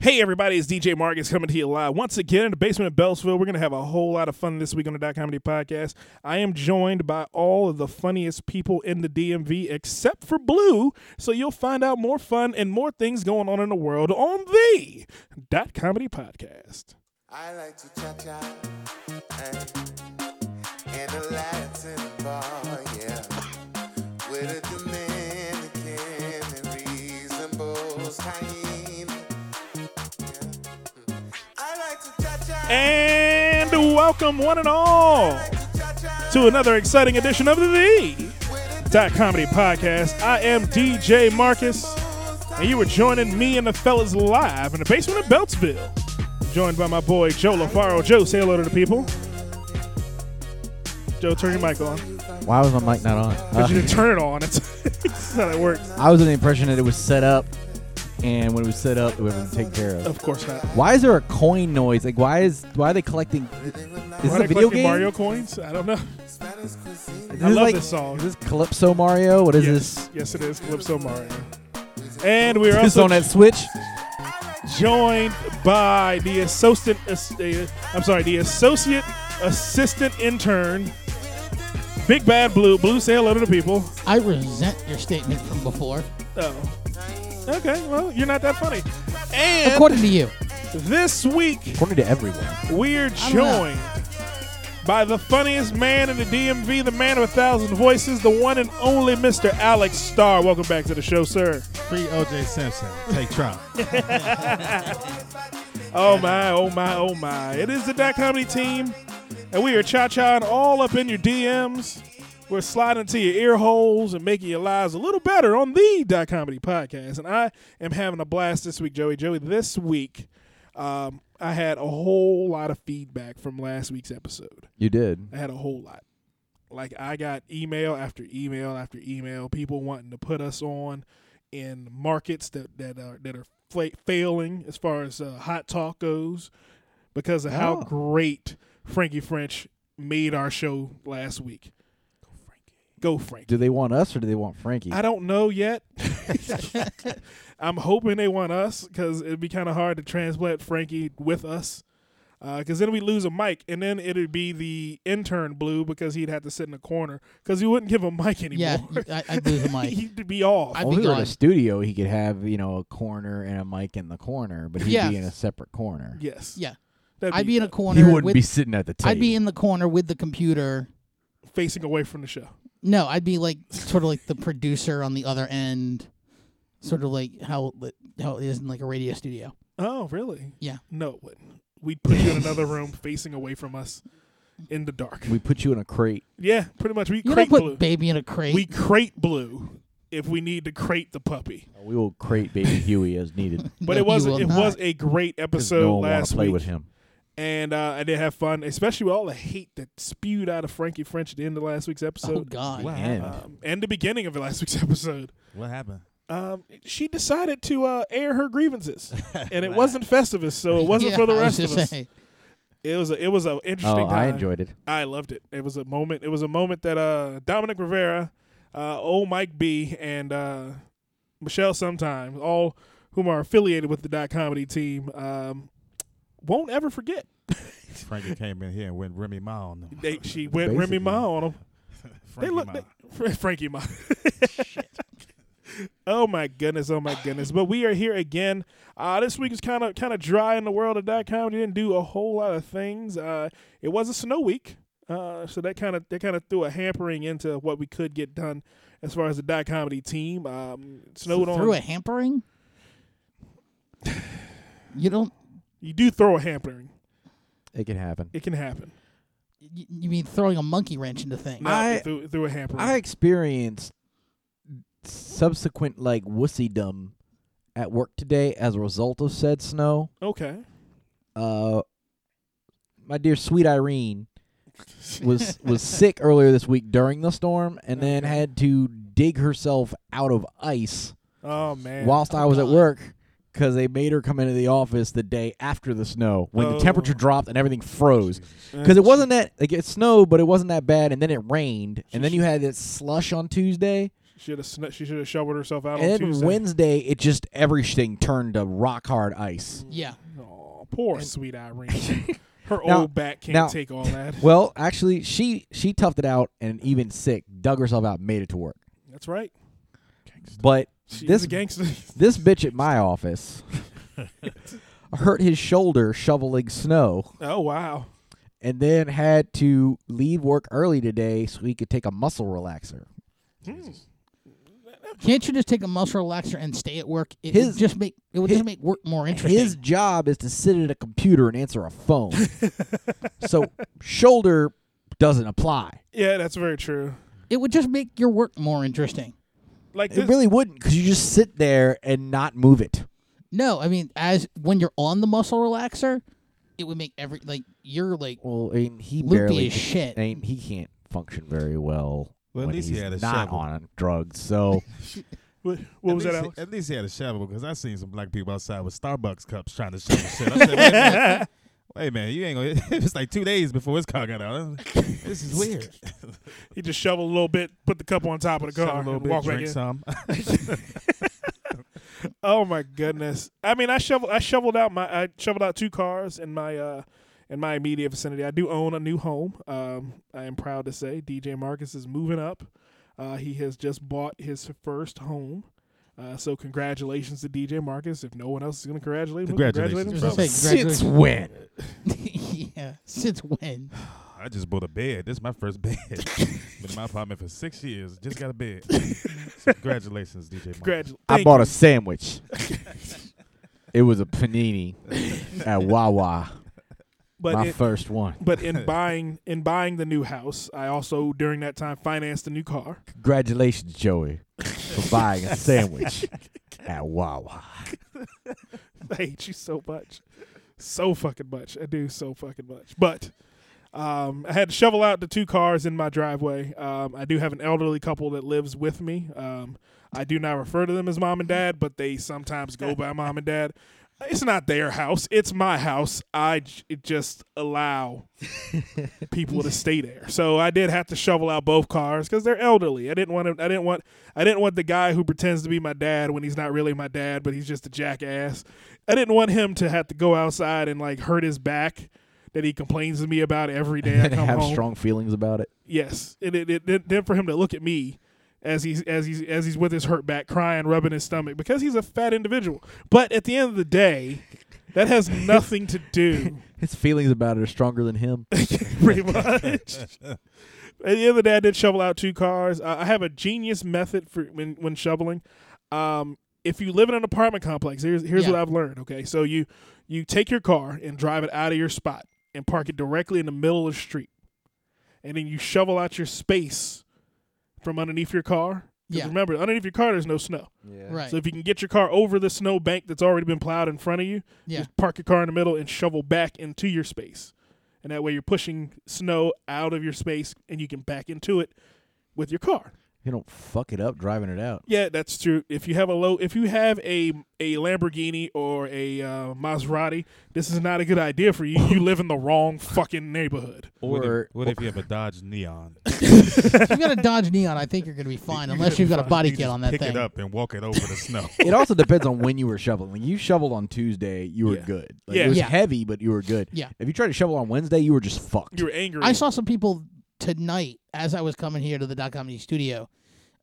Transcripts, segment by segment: Hey, everybody, it's DJ Marcus coming to you live once again in the basement of Bellsville. We're going to have a whole lot of fun this week on the Dot Comedy Podcast. I am joined by all of the funniest people in the DMV except for Blue, so you'll find out more fun and more things going on in the world on the Dot Comedy Podcast. I like to cha cha in a Latin bar, yeah, with a Dominican and reasonable time. I like to cha cha, And welcome, one and all, cha cha to another exciting edition of the with a Dot Comedy Podcast. I am DJ Marcus, and you are joining me and the fellas live in the basement of Beltsville. Joined by my boy Joe LaFaro. Joe, say hello to the people. Joe, turn your mic on. Why was my mic not on? Uh, But you didn't turn it on. It's, that's how that works. I was under the impression that it was set up, and when it was set up, it was taken care of. Of course not. Why is there a coin noise? Like, why is why are they collecting? Is this Why a they video collecting game? Mario coins? I don't know. Spanish cuisine. Is I love like, this song. Is this Calypso Mario? What is yes, yes, it is Calypso Mario. And we're this? This also on that Switch? joined by the associate. ass- uh, I'm sorry, the associate assistant intern, Big Bad Blue. Blue, say hello to the people. I resent your statement from before. Oh, okay. Well, you're not that funny. And According to you, this week According to everyone, we're I don't know. joined by the funniest man in the DMV, the man of a thousand voices, the one and only Mr. Alex Starr. Welcome back to the show, sir. Free OJ Simpson. Take Trump. Oh my, oh my, oh my. It is the Dot Comedy team, and we are cha chaing all up in your DMs. We're sliding to your ear holes and making your lives a little better on the Dot Comedy podcast. And I am having a blast this week, Joey. Joey, this week, um, I had a whole lot of feedback from last week's episode. you did. I had a whole lot. Like I got email after email after email, people wanting to put us on in markets that that are that are fla- failing as far as uh, hot talk goes because of how Oh. great Frankie French made our show last week. Go Frankie. Go Frankie. Do they want us or do they want Frankie? I don't know yet. I'm hoping they want us because it'd be kind of hard to transplant Frankie with us. Because then we lose a mic, and then it'd be the intern blue because he'd have to sit in the corner because you wouldn't give him mic yeah, anymore. you- I, I'd lose the mic. he'd be off. I'd Well, if be we were in gone. a studio, he could have you know a corner and a mic in the corner, but he'd Yeah. be in a separate corner. yes. Yeah, That'd I'd be in a corner. He wouldn't with, be sitting at the table. I'd be in the corner with the computer. facing away from the show. No, I'd be like sort of like the producer on the other end, sort of like how how it is in like a radio studio. Oh, really? Yeah. No, it wouldn't. We'd put you in another room facing away from us in the dark. We put you in a crate. yeah, pretty much. We You crate don't put blue. baby in a crate. we crate blue if we need to crate the puppy. We will crate baby Huey as needed. No, But you it was will it not. was a great 'cause episode no one wanna last play week, with him. and uh, I did have fun, especially with all the hate that spewed out of Frankie French at the end of last week's Oh episode, God! What And- happened? um, and the beginning of last week's episode. What happened? Um, she decided to uh, air her grievances, and it wasn't Festivus, so it wasn't Yeah, for the I rest was of just us. saying. It was a, it was an interesting. Oh, I time. enjoyed it. I loved it. It was a moment. It was a moment that uh, Dominic Rivera, uh, old Mike B, and uh, Michelle Sometime, all whom are affiliated with the Dot Comedy team, um, won't ever forget. Frankie came in here and went Remy Ma on them. They, she went Remy Basically. Ma on them. Frankie they look Ma. They, Fra- Frankie Ma. oh my goodness! Oh my goodness! But we are here again. Uh, this week is kind of kind of dry in the world of dot com. We didn't do a whole lot of things. Uh, it was a snow week, uh, so that kind of that kind of threw a hampering into what we could get done as far as the dot comedy team. Um, it snowed on. Through a hampering. You don't. You do throw a hampering. It can happen. It can happen. You you mean throwing a monkey wrench into things? No, I- through, through a hampering. I experienced subsequent like wussydom at work today as a result of said snow. okay. Uh, my dear sweet Irene was was sick earlier this week during the storm, and then Okay. had to dig herself out of ice Oh man. whilst I Oh, was at God. work. Because they made her come into the office the day after the snow when Oh. the temperature dropped and everything froze. Uh, because it wasn't that like it snowed, but it wasn't that bad, and then it rained, and then you had that slush on Tuesday, She should have sn- she should have shoveled herself out And on then Tuesday. Wednesday, it just everything turned to rock hard ice. Yeah. Aw, poor sweet Irene. Her Now- old back can't now- take all that. Well, actually, she she toughed it out and even sick, dug herself out, made it to work. That's right. But She's this a gangster. this bitch at my office hurt his shoulder shoveling snow, oh wow. and then had to leave work early today so he could take a muscle relaxer. Can't you just take a muscle relaxer and stay at work? It His- would just make it would his- just make work more interesting. His job is to sit at a computer and answer a phone, so shoulder doesn't apply. Yeah, that's very true. it would just make your work more interesting. Like It this, really wouldn't because you just sit there and not move it. No, I mean, as when you're on the muscle relaxer, it would make every like you're like Well, I mean, he Loopy barely as shit. I mean, he can't function very well. Well, at when least he he's had a not shovel. on drugs. So what, what At was that? least- Alex? At least he had a shovel because I seen some black people outside with Starbucks cups trying to shovel shit. I said, wait, a minute. wait man, you ain't gonna. it was like two days before his car got out. This is weird. He just shoveled a little bit, put the cup on top of the Shovel car, a little and bit, walked back drink in. some. Oh my goodness! I mean, I shovel I shoveled out my I shoveled out two cars in my uh in my immediate vicinity. I do own a new home. Um, I am proud to say DJ Marcus is moving up. Uh, he has just bought his first home. Uh, so congratulations to DJ Marcus. If no one else is going to congratulate him, congratulate him. Congratulations, himself. bro. since when? yeah, since when? I just bought a bed. This is my first bed. Been in my apartment for six years. Just got a bed. So congratulations, DJ. Marcus. Congratu- I thank bought you. a sandwich. it was a panini at Wawa. but my in, first one. but in buying in buying the new house, I also during that time financed a new car. Congratulations, Joey, for buying a sandwich at Wawa. I hate you so much. So fucking much. I do so fucking much. But um, I had to shovel out the two cars in my driveway. Um, I do have an elderly couple that lives with me. Um, I do not refer to them as mom and dad, but they sometimes go by mom and dad. It's not their house. It's my house. I j- it just allow people to stay there. So I did have to shovel out both cars because they're elderly. I didn't want to, I didn't want I didn't want the guy who pretends to be my dad when he's not really my dad, but he's just a jackass. I didn't want him to have to go outside and like hurt his back that he complains to me about every day I And come have home. strong feelings about it. yes, and it, it, it- then for him to look at me as he's as he's as he's with his hurt back, crying, rubbing his stomach because he's a fat individual. But at the end of the day. That has nothing to do His feelings about it are stronger than him. pretty much. At the end of the day, I did shovel out two cars. Uh, I have a genius method for when, when shoveling. Um, if you live in an apartment complex, here's here's Yeah. what I've learned. Okay, so you you take your car and drive it out of your spot and park it directly in the middle of the street, and then you shovel out your space from underneath your car. 'Cause Yeah. Remember, underneath your car, there's no snow. Yeah. Right. So if you can get your car over the snow bank that's already been plowed in front of you, Yeah. just park your car in the middle and shovel back into your space. And that way you're pushing snow out of your space and you can back into it with your car. You don't fuck it up driving it out. Yeah, that's true. If you have a low if you have a a Lamborghini or a uh, Maserati, this is not a good idea for you. You live in the wrong fucking neighborhood. What Or- if, what if you have a Dodge Neon? if you got a Dodge Neon, I think you're gonna be fine, unless you've got a body kit on that Pick thing. it up and walk it over the snow. It also depends on when you were shoveling. Like you shoveled on Tuesday, you were Yeah. good. Like, Yeah. It was Yeah. heavy, but you were good. Yeah. If you tried to shovel on Wednesday, you were just fucked. You were angry. I saw some people tonight as I was coming here to the dot comedy studio,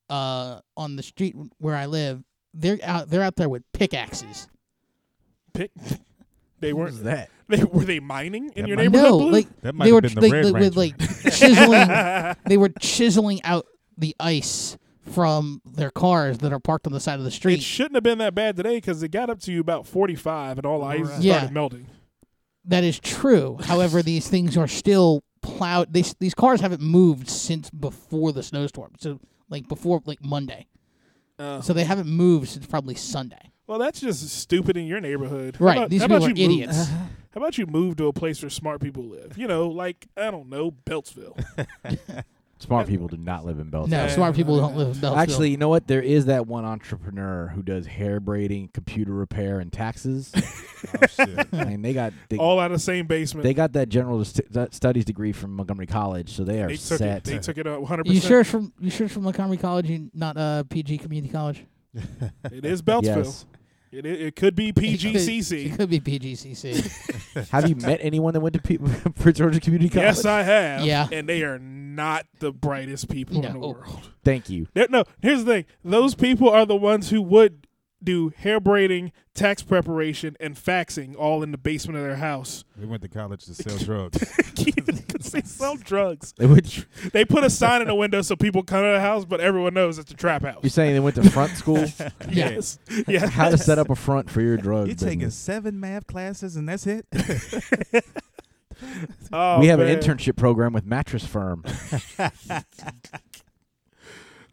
uh, on the street where I live. They're out. They're out there with pickaxes. pick. They What was weren't that? they were they mining in That your might- neighborhood? No, Blue? like That might they have were been the they, like, Red with Ranger. like chiseling. they were chiseling out the ice from their cars that are parked on the side of the it street. shouldn't have been that bad today because it got up to about 45 and all ice Right. started Yeah. melting. That is true. However, these things are still plowed. These these cars haven't moved since before the snowstorm. So like before like Monday. Uh, So they haven't moved since probably Sunday. well, that's just stupid in your neighborhood. How Right. about- these how people about are you move- idiots. How about you move to a place where smart people live? You know, like I don't know, Beltsville. Smart people do not live in Belgium. No, Yeah. smart people don't live in Beltsville. Actually, you know what? There is that one entrepreneur who does hair braiding, computer repair, and taxes. Oh, shit. I mean, they got they, All out of the same basement. they got that general st- that studies degree from Montgomery College, so they are They took set. it. They took it up 100. You percent sure it's from you sure it's from Montgomery College and not uh, PG Community College? It is Beltsville. yes. It, it, it could be It PGCC. could be PGCC. Have you met anyone that went to P- Prince George's Community College? Yes, I have. Yeah. And they are not the brightest people in the No. world. Thank you. They're- no, here's the thing. Those people are the ones who would do hair braiding, tax preparation, and faxing all in the basement of their house. We went to college to sell drugs. Because they sell drugs. They went, They put a sign in the window so people come to the house, but everyone knows it's a trap you're house. saying they went to front school? Yes. Yes. How to set up a front for your drug You taking business. seven math classes and that's it? Oh, we have man. an internship program with Mattress Firm.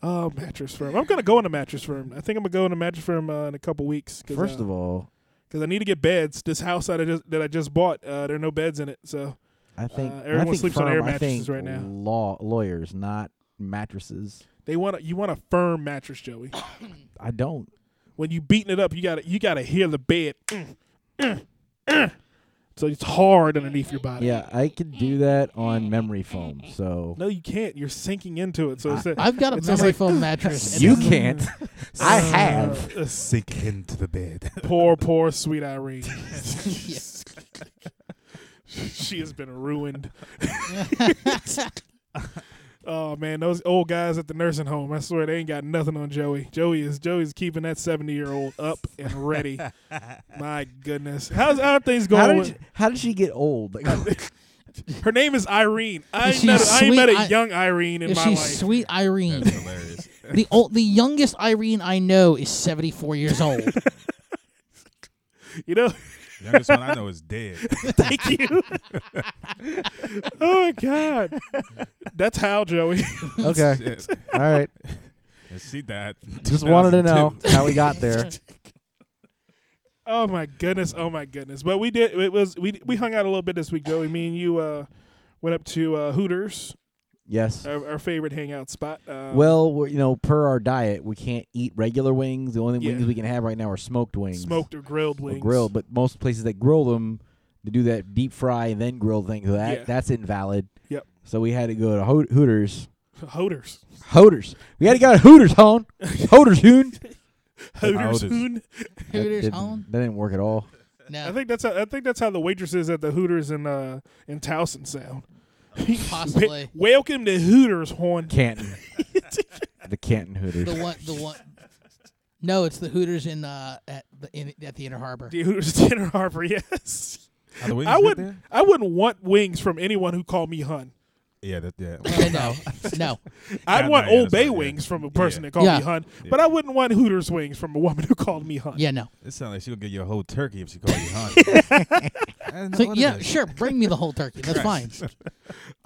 Oh, mattress firm. I'm gonna go in a mattress firm. I think I'm gonna go in a mattress firm uh, in a couple weeks. Cause, First of all, because I need to get beds. This house that I just that I just bought, uh, there are no beds in it. So I think Uh, when I everyone think sleeps firm, on air I think mattresses right now. Law lawyers, not mattresses. they want a, you want a firm mattress, Joey. I don't. When you beating it up, you gotta you gotta hear the bed. Mm, mm, mm. So it's hard underneath your body. Yeah, I could do that on memory foam. So No, you can't. You're sinking into it. So it's a, I've got a It sounds memory like- foam mattress. and you it's- can't. I have. uh, s- Sink into the bed. poor, poor sweet Irene. Yes. she has been ruined. oh man, those old guys at the nursing home. I swear they ain't got nothing on Joey. Joey is Joey's keeping that seventy year old up and ready. My goodness, how's how are things How going? did, With, she, how did she get old? Like, her name is Irene. I Is ain't she met, a- I ain't sweet? met a I- young Irene in If my she's life. sweet Irene, That's hilarious. the old, the youngest Irene I know is seventy four years old. You know. Youngest one I know is dead. Thank you. oh my god, that's how Joey. okay, Shit. all right. And she died. in Just wanted to know 2002. how we got there. Oh my goodness! Oh my goodness! But we did. It was we we hung out a little bit this week, Joey. Me and you uh, went up to uh, Hooters, Yes. our, our favorite hangout spot. Um, Well, we're, you know, per our diet, we can't eat regular wings. The only Yeah. wings we can have right now are smoked wings, smoked or grilled or wings, grilled. But most places that grill them, they do that deep fry and then grill thing. So that Yeah. that's invalid. Yep. So we had to go to Ho- Hooters. Hooters, Hooters. We had to go to Hooters, hon. Hooters, hoon. Hooters. Hooters. Hoon. That Hooters didn't- home? That didn't work at all. I No, think that's how, I think that's how the waitresses at the Hooters in uh in Towson sound. possibly Welcome to Hooters, horn. Canton. the Canton the Hooters. one, the one. No, it's the Hooters in uh at the in, at the Inner Harbor. The Hooters dinner harbor. Yes, Are the wings I good wouldn't. there? I wouldn't want wings from anyone who called me hun. Yeah, that, yeah. Okay, no, no. I'd Yeah, want no, yeah, Old that's Bay right, yeah. wings from a person Yeah. that called Yeah. me hun, but I wouldn't want Hooters wings from a woman who called me hun. Yeah, no. It sounds like she gonna get you a whole turkey if she calls you honey. So yeah, sure. Bring me the whole turkey. That's fine. I'm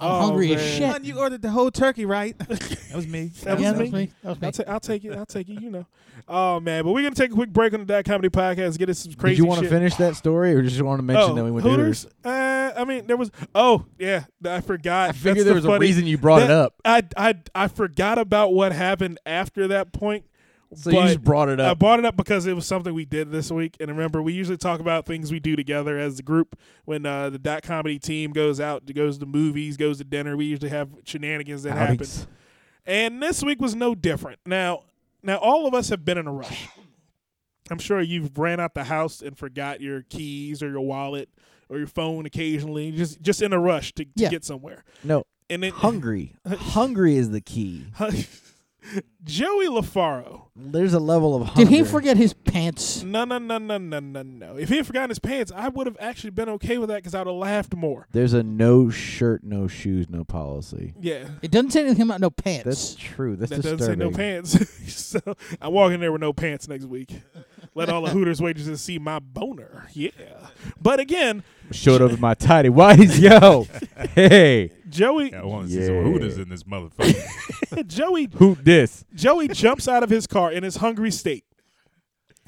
Oh, hungry as man. shit. Hun, you ordered the whole turkey, right? that was me. That yeah, was that was me. me. That was me. I'll, ta- I'll take it. I'll take it. You know. Oh man, but we're gonna take a quick break on the Dad Comedy Podcast. Get us some crazy. Did you want to shit. finish that story, or just want to mention oh, that we went Hooters. to Hooters? Uh, I mean, there was. Oh yeah, I forgot. I figured That's the there was a funny- reason you brought that- it up, I I I forgot about what happened after that point. so but you just brought it I up. brought it up because it was something we did this week. And remember, we usually talk about things we do together as the group. When uh, the dot comedy team goes out, goes to movies, goes to dinner, we usually have shenanigans that happen. Outings. And this week was no different. Now, now all of us have been in a rush. I'm sure you've ran out the house and forgot your keys or your wallet or your phone occasionally. Just just in a rush to, to Yeah. get somewhere. No, And then hungry. hungry is the key. Joey LaFaro. There's a level of hunger. Did he forget his pants? No, no, no, no, no, no, no. If he had forgotten his pants, I would have actually been okay with that because I would have laughed more. There's a no shirt, no shoes, no policy. Yeah. It doesn't say anything about no pants. That's true. That's That doesn't disturbing. say no pants. so I walk in there with no pants next week. Let all the Hooters waitresses see my boner. Yeah. But again, Showed up in my tidy whities, yo. hey, Joey I want to see some Yeah. hooters in this motherfucker. Joey hoot this. Joey jumps out of his car in his hungry state.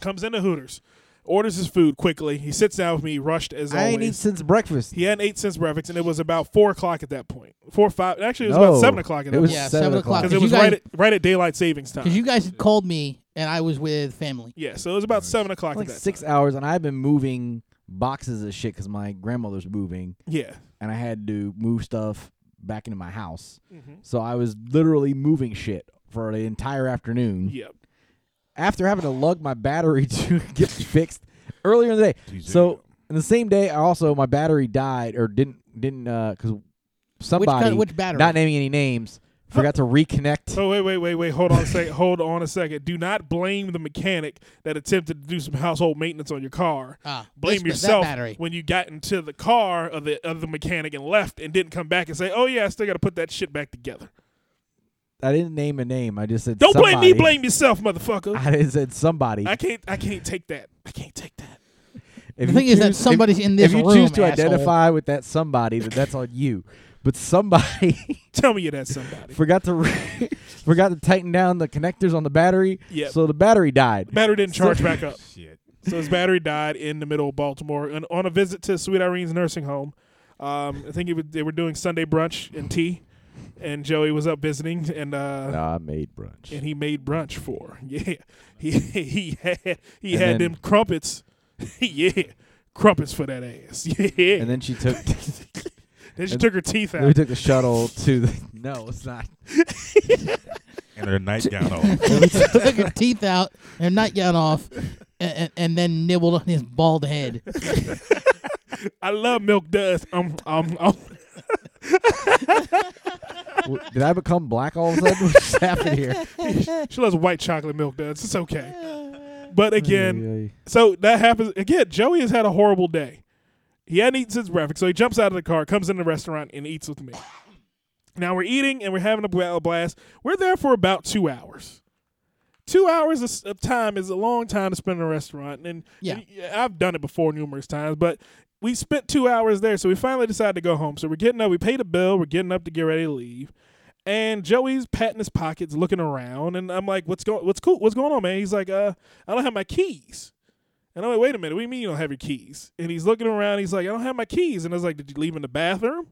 Comes into Hooters, orders his food quickly. He sits down with me, rushed as I ain't eat always. since breakfast. He hadn't ate since breakfast, and it was about four o'clock at that point. Four five. Actually, it was No, about seven o'clock at that It was point. Yeah, seven, seven o'clock. o'clock. because it Uh, you was guys- right at, right at daylight savings time. Because you guys had called me and I was with family. yeah, so it was about seven o'clock like at that six time. hours, and I've been moving boxes of shit because my grandmother's moving, Yeah. and I had to move stuff back into my house. So I was literally moving shit for the entire afternoon. Yep. After having to lug my battery to get fixed earlier in the day. So in the same day, I also my battery died or didn't didn't because Which, somebody kind, which battery? not naming any names forgot to reconnect. Oh wait, wait, wait, wait. Hold on a second. Hold on a second. Do not blame the mechanic that attempted to do some household maintenance on your car. Ah, Blame this- that yourself battery. when you got into the car of the of the mechanic and left and didn't come back and say, "Oh yeah, I still got to put that shit back together." I didn't name a name. I just said Don't blame me. somebody. Blame yourself, motherfucker. I just said somebody. I can't. I can't take that. I can't take that. If The you thing is that choose- if- somebody's in this If you room, choose to asshole. identify with that somebody, then that's on you. But somebody Tell me you're that somebody. forgot to re- forgot to tighten down the connectors on the battery, Yep. so the battery died. Battery didn't So- charge back up. shit. So his battery died in the middle of Baltimore and on a visit to Sweet Irene's nursing home. Um, I think it was, they were doing Sunday brunch and tea, and Joey was up visiting, and uh, Nah, I made brunch. and he made brunch for her. yeah. He he had he And had then- them crumpets, yeah, crumpets for that ass. Yeah. and then she took then she and- took her teeth then we out. took the shuttle to the no, it's not. And her nightgown on. took her teeth out, her nightgown off, and, and, and then nibbled on his bald head. I love milk dust. Um um um. W- Did I become black all of a sudden? What's happened here? She loves white chocolate milk dust. It's okay. But again, Ay, ay, ay. So that happens again. Joey has had a horrible day. He hadn't eaten since breakfast, so he jumps out of the car, comes in the restaurant, and eats with me. Now we're eating and we're having a bla- blast. We're there for about two hours. Two hours of s- of time is a long time to spend in a restaurant, and Yeah. and y- I've done it before numerous times. But we spent two hours there, so we finally decided to go home. So we're getting up, we paid a bill, we're getting up to get ready to leave, and Joey's patting his pockets, looking around, and I'm like, "What's going? What's cool? What's going on, man?" He's like, "Uh, I don't have my keys." And I'm like, wait a minute, what do you mean you don't have your keys? And he's looking around, he's like, I don't have my keys. And I was like, Did you leave 'em in the bathroom?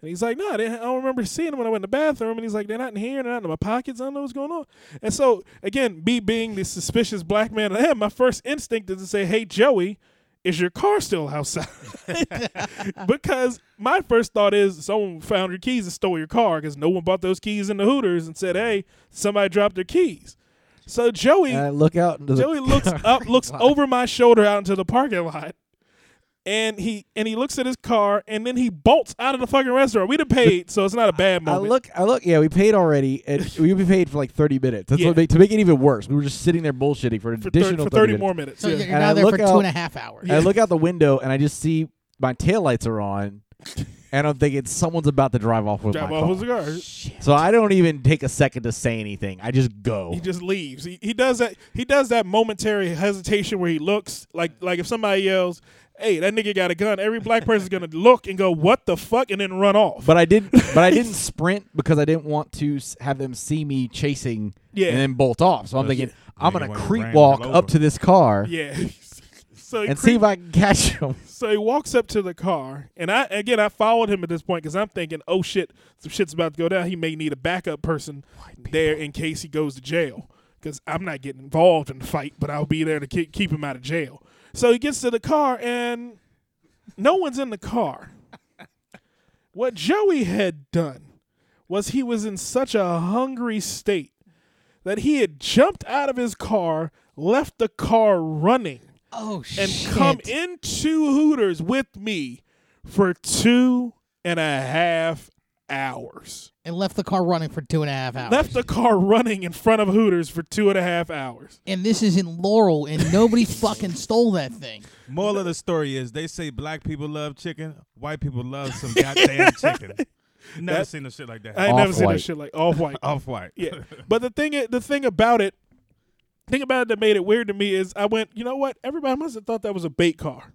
And he's like, No, I, didn't, I don't remember seeing them when I went in the bathroom. And he's like, They're not in here, they're not in my pockets. I don't know what's going on. And so, again, me being the suspicious black man I am, my first instinct is to say, Hey, Joey, is your car still outside? because my first thought is someone found your keys and stole your car because no one bought those keys in the Hooters and said, Hey, somebody dropped their keys. So, Joey. And I Uh, look out into the Joey looks up, looks over my shoulder out into the parking lot, and he and he looks at his car, and then he bolts out of the fucking restaurant. We'd have paid, so it's not a bad I moment. look, I look. Yeah, we paid already, and we we paid for like thirty minutes. That's Yeah. what make, to make it even worse. We were just sitting there bullshitting for an for, thir- additional for thirty minutes. more minutes. So yeah. you're And I now there for look two and out- a half hours. I look out the window and I just see my taillights are on, and I'm thinking someone's about to drive off with Drive Oh my off car. with his car. So I don't even take a second to say anything. I just go. He just leaves. He, he does that. He does that momentary hesitation where he looks like like if somebody yells, "Hey, that nigga got a gun!" Every black person's gonna look and go, "What the fuck?" and then run off. but I didn't. But I didn't sprint because I didn't want to s- have them see me chasing Yeah. and then bolt off. So I'm Yeah. thinking Yeah, I'm you gonna wanna creep ram walk them up over. to this car yeah. so he and see creep- if I can catch them. So he walks up to the car, and I again I followed him at this point because I'm thinking, oh shit, some shit's about to go down. He may need a backup person there in case he goes to jail because I'm not getting involved in the fight, but I'll be there to keep, keep him out of jail. So he gets to the car, and no one's in the car. what Joey had done was he was in such a hungry state that he had jumped out of his car, left the car running oh and shit! come into Hooters with me for two and a half hours. and left the car running for two and a half hours. Left the car running in front of Hooters for two and a half hours. and this is in Laurel, and nobody fucking stole that thing. Moral of the story is they say black people love chicken, white people love some goddamn chicken. Never That- seen no shit like that. I ain't never seen Off-white. that shit like off white. Oh. Off white. yeah, but the thing i- the thing about it, thing about it that made it weird to me is I went, you know what? Everybody must have thought that was a bait car.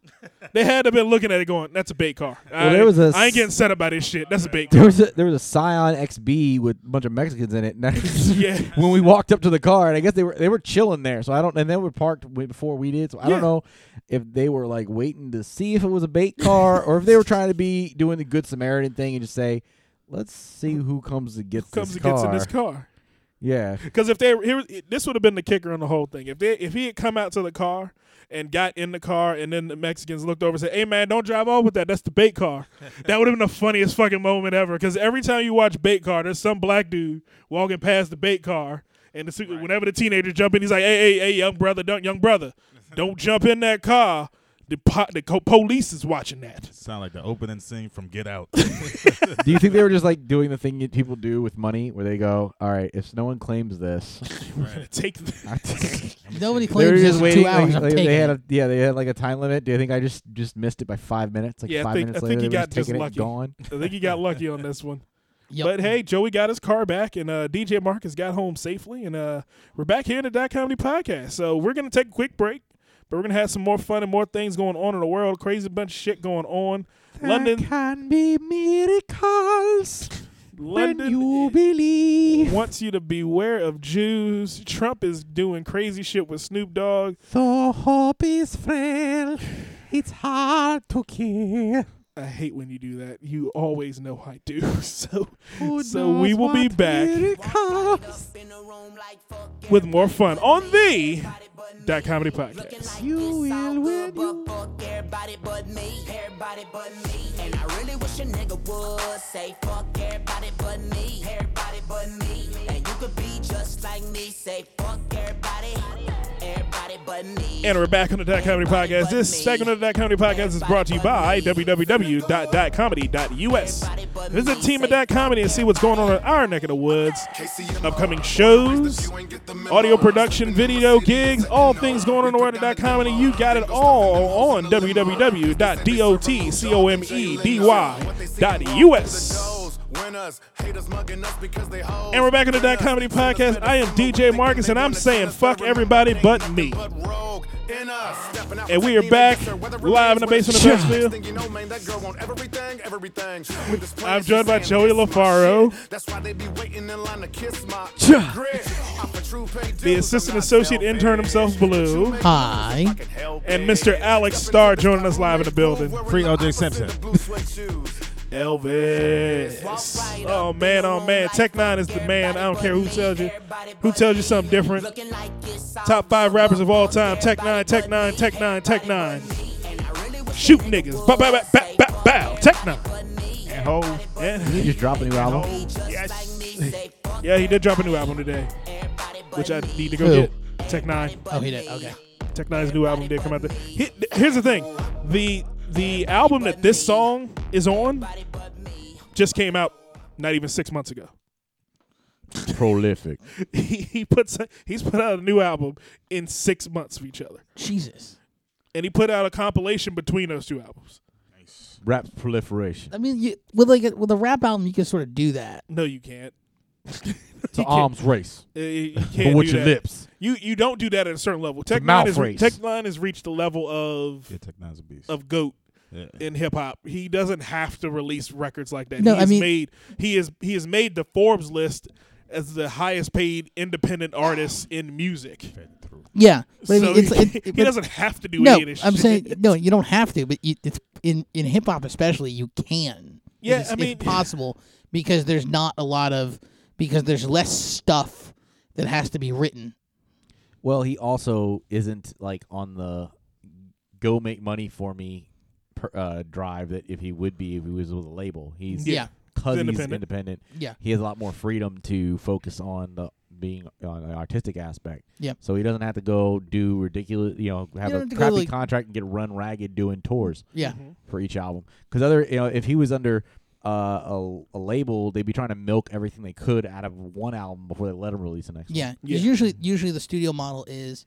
They had to been looking at it going, "That's a bait car." I, Well, there was a I ain't s- getting set up by this shit. That's a bait There car. was a, there was a Scion XB with a bunch of Mexicans in it. And that's- Yeah. When we walked up to the car, and I guess they were they were chilling there. So I don't, and they were parked way before we did. So I Yeah. don't know if they were like waiting to see if it was a bait car or if they were trying to be doing the good Samaritan thing and just say, let's see who comes and gets Comes this and gets in car." this car. Yeah. Because if they here, this would have been the kicker on the whole thing. If they if he had come out to the car and got in the car, and then the Mexicans looked over and said, "Hey man, don't drive off with that. That's the bait car." that would have been the funniest fucking moment ever. Because every time you watch bait car, there's some black dude walking past the bait car, and the, su- whenever the teenagers jump in, he's like, "Hey, hey, hey, young brother, don't, young brother, don't jump in that car." The, po- the co- police is watching that. Sound like the opening scene from Get Out. Do you think they were just like doing the thing that people do with money where they go, all right, if no one claims this, Take the- I t- Nobody they were claims this just for waiting. two hours. like, I'm like, taking they had it. a, yeah, they had like a time limit. Do you think I just just missed it by five minutes? Like Yeah, I five think- minutes I later, think they you were got just taking just it and lucky. gone. I think he got lucky on this one. Yep. But hey, Joey got his car back, and uh, DJ Marcus got home safely, and uh, we're back here in the Dot Comedy Podcast. So we're gonna take a quick break, but we're gonna have some more fun and more things going on in the world. Crazy bunch of shit going on. London, can be miracles London believe. wants you to beware of Jews. Trump is doing crazy shit with Snoop Dogg. Though hope is frail, it's hard to kill. I hate when you do that. You always know I do. So So we knows will be what back. with more fun on the Dot Comedy Podcast. You will when you fuck everybody but me, everybody but me. And I really wish a nigga would say fuck everybody but me, everybody but me. And you could be just like me, say fuck everybody, everybody but me. And we're back on the Dot Comedy Podcast. This segment of the Dot Comedy Podcast is brought to you by www.dotcomedy.us. Visit Team of Dot Comedy and see what's going on in our neck of the woods. Upcoming shows, audio production, video gigs, all things going on in the world of Dot Comedy. You got it all on E www.dotcomedy.us. Winners, haters mugging us because they hoes. And we're back on the Dot Comedy Podcast. I am DJ Marcus, and I'm saying fuck everybody but me. And we are back live in the basement of Huntsville. Nashville. I'm joined by Joey LaFaro. The assistant associate intern himself, Blue. Hi. And Mr. Alex Starr joining us live in the building. Free O.J. Simpson. Elvis. Oh man, oh man. Tech Nine is the man. I don't care who tells you. Who tells you something different? Top five rappers of all time. Tech Nine, Tech Nine, Tech Nine, Tech Nine. Shoot niggas. Bow, bow, bow, bow, bow, bow. Tech Nine. And ho. You And- just drop a new album. Yes. Yeah, he did drop a new album today, which I need to go Who? get. Tech Nine. Oh, he did. Okay. Tech Nine's new album did come out. There. He- Here's the thing, the the album that this song is on just came out not even six months ago. Prolific. He, he puts he's put out a new album in six months of each other, Jesus. and he put out a compilation between those two albums. Rap proliferation. I mean, you, with like a, with a rap album, you can sort of do that. No, you can't. It's an arms race, Uh, You can't but with do your that. lips. You you don't do that at a certain level. Tech mouth Nine is race. Tech Nine has reached the level of Yeah, Technology Beast. of goat Yeah. in hip hop. He doesn't have to release records like that. No, he I has mean- made he is he has made the Forbes list as the highest paid independent artist in music. Yeah. But I so mean, it's, he, it, he it- but- doesn't have to do No, any of this I'm shit. saying no. You don't have to, but you, it's in in hip hop especially. You can. Yeah, it's, I mean- it's possible because there's not a lot of because there's less stuff that has to be written. Well, he also isn't like on the go make money for me per, uh, drive that if he would be if he was with a label. He's Yeah. because he's Independent. independent. Yeah. He has a lot more freedom to focus on the being on the artistic aspect. Yep. So he doesn't have to go do ridiculous, you know, have don't a have to go, crappy like- contract and get run ragged doing tours Yeah, for each album. Because other, you know, if he was under uh, a, a label, they'd be trying to milk everything they could out of one album before they let him release the next. yeah. 'Cause Yeah. Usually, usually the studio model is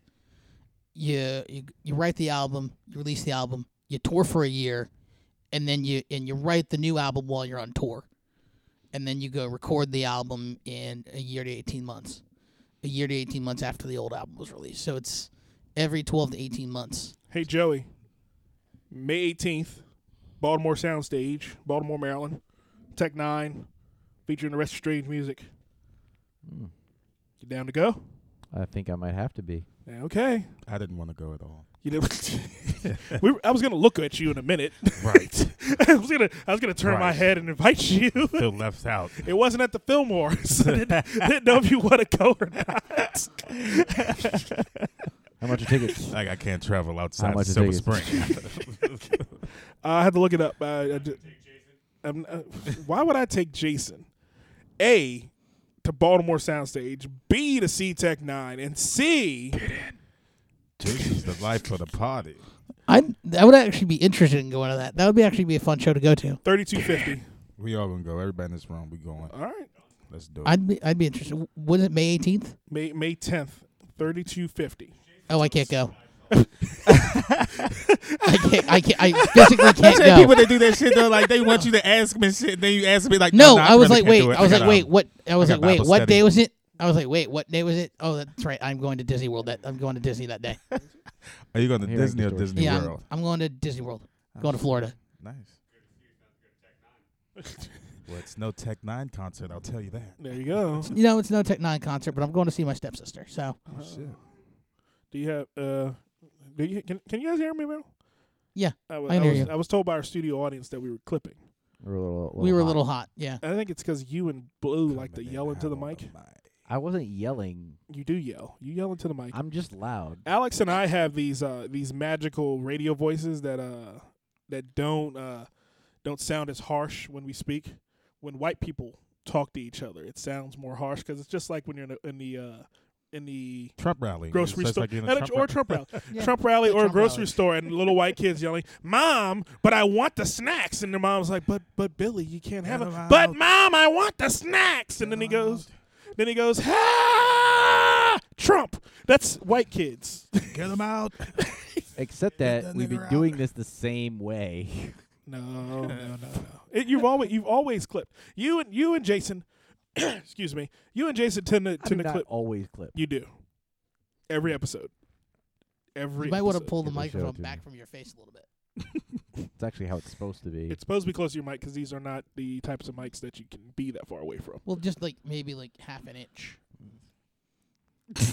you, you you write the album, you release the album, you tour for a year, and then you and you write the new album while you're on tour, and then you go record the album in a year to eighteen months, a year to eighteen months after the old album was released. So it's every twelve to eighteen months. Hey Joey, May 18th, Baltimore Soundstage, Baltimore, Maryland, Tech Nine, featuring the rest of Strange Music. You down to go? One. I think I might have to be. Okay. I didn't want to go at all. You know, we, I was gonna look at you in a minute. Right. I was gonna, I was gonna turn my Right. head and invite you. Feel left out. It wasn't at the Fillmore, so I didn't, didn't know if you want to go or not. How much are tickets? Like I can't travel outside of much Silver is Spring. I had to look it up. Uh, I ju- I'm- uh, why would I take Jason? A to Baltimore Soundstage, B to C Tech Nine, and C. Jason's the life of the party. I I would actually be interested in going to that. That would be actually be a fun show to go to. 3250. We all gonna go. Everybody in this room, we going. All right. Let's do it. I'd be I'd be interested. Was it May eighteenth? May May 10th, 3250. Oh, I can't go. I can't. I can't. I physically can't go. People that do that shit though, like they want you to ask me shit, then you ask me like, No, nah, I was really like, can't wait. do it. I was like, gotta- wait. What? I was got like, wait. Bible What study. day was it? I was like, wait. What day was it? Oh, that's right. I'm going to Disney World. That I'm going to Disney that day. Are you going to Here, Disney or George. Disney Yeah, I'm, World? I'm going to Disney World. Going to Florida. Nice. well, it's no Tech Nine concert. I'll tell you that. There you go. You know, it's no Tech Nine concert, but I'm going to see my stepsister. So Oh, shit. Do you have uh do you can can you guys hear me now? Yeah, I was, I can hear was, you. I was told by our studio audience that we were clipping. We're a little- we were a hot. little hot. Yeah. I think it's because you and Blue like to Coming in yell into the hot on mic. I wasn't yelling. You do yell. You yell into the mic. I'm just loud. Alex and I have these uh these magical radio voices that uh that don't uh don't sound as harsh when we speak. When white people talk to each other, it sounds more harsh because it's just like when you're in the in the, uh, in the Trump rally. grocery It's store like you're in a And a- or Trump rally, Yeah. Trump rally Yeah, or Trump a grocery rally. store, and little white kids yelling, "Mom, but I want the snacks!" And their mom's like, "But but Billy, you can't have Get it." him But out. mom, I want the snacks. And then he Get him goes, then he goes, "Ah, Trump." That's white kids. Get them out. Except that that we've nigger been out. doing this the same way. No, no, no, no. It, you've always you've always clipped you and you and Jason. excuse me, you and Jason tend to I do tend to not clip. always clip. You do every episode. Every You might want to episode. pull the Give a show microphone to- back from your face a little bit. It's actually how it's supposed to be. It's supposed to be close to your mic because these are not the types of mics that you can be that far away from. Well, just like maybe like half an inch.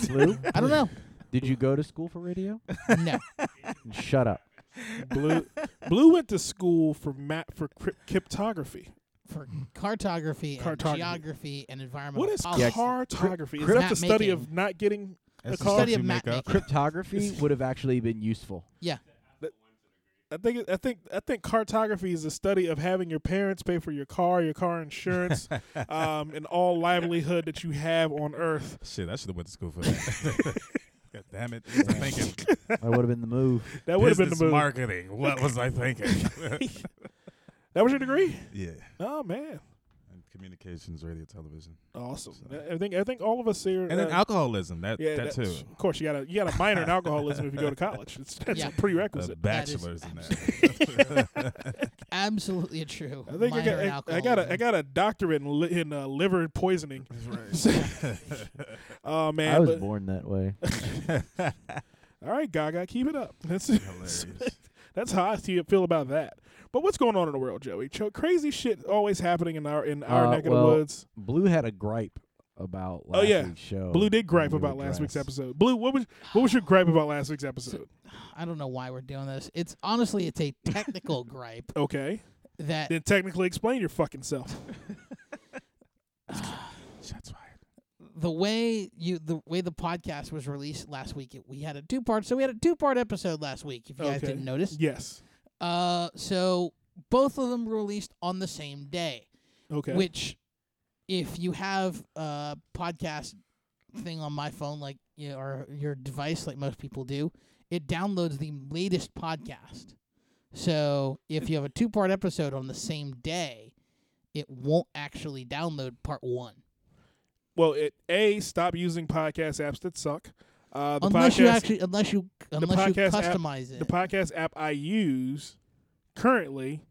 Blue, I don't know. did you go to school for radio? No. Shut up. Blue, Blue went to school for mat for crypt- cryptography. For cartography, Cartography. and geography and environmental What is policy. Yeah, cartography? Is crypt- that the study map of not getting? The car- That's the stuff Study you of make map up. making. Cryptography would have actually been useful. Yeah. I think I think I think cartography is the study of having your parents pay for your car, your car insurance, um, and all livelihood that you have on Earth. Shit, I should have went to school for that. God damn it. What was I thinking? That would have been the move. That would have been the Business move. marketing. What was I thinking? That was your degree? yeah. Oh man, And communications, radio, television. awesome! I think I think all of us here. And then uh, alcoholism. That, yeah, that that's- too. Of course, you got to you got to minor in alcoholism if you go to college. It's, that's Yeah. a prerequisite. The That is bachelor's in that. Absolutely true. I think I Minor in got, I, I got a I alcoholism. got a doctorate in, li- in uh, liver poisoning. oh man! I was but- born that way. all right, Gaga, keep it up. That's Hilarious. that's how I see- feel about that. But what's going on in the world, Joey? Cho- crazy shit always happening in our in our Uh, neck well, of the woods. Blue had a gripe about Oh, last yeah. week's show. Blue did gripe we about would last week's dress. episode. Blue, what was what was your gripe about last week's episode? I don't know why we're doing this. It's honestly, it's a technical gripe Okay, that then technically explain your fucking self. Shots fired. the way you the way the podcast was released last week, it, we had a two part. So we had a two part episode last week. If you guys Okay. didn't notice, Yes. uh, so both of them were released on the same day. Okay. Which, if you have a podcast thing on my phone, like you know, or your device, like most people do, it downloads the latest podcast. So if you have a two part episode on the same day, it won't actually download part one. well, it a stop using podcast apps that suck. Uh, the unless podcast, you actually, unless you, unless you podcast app- customize the it. podcast app I use currently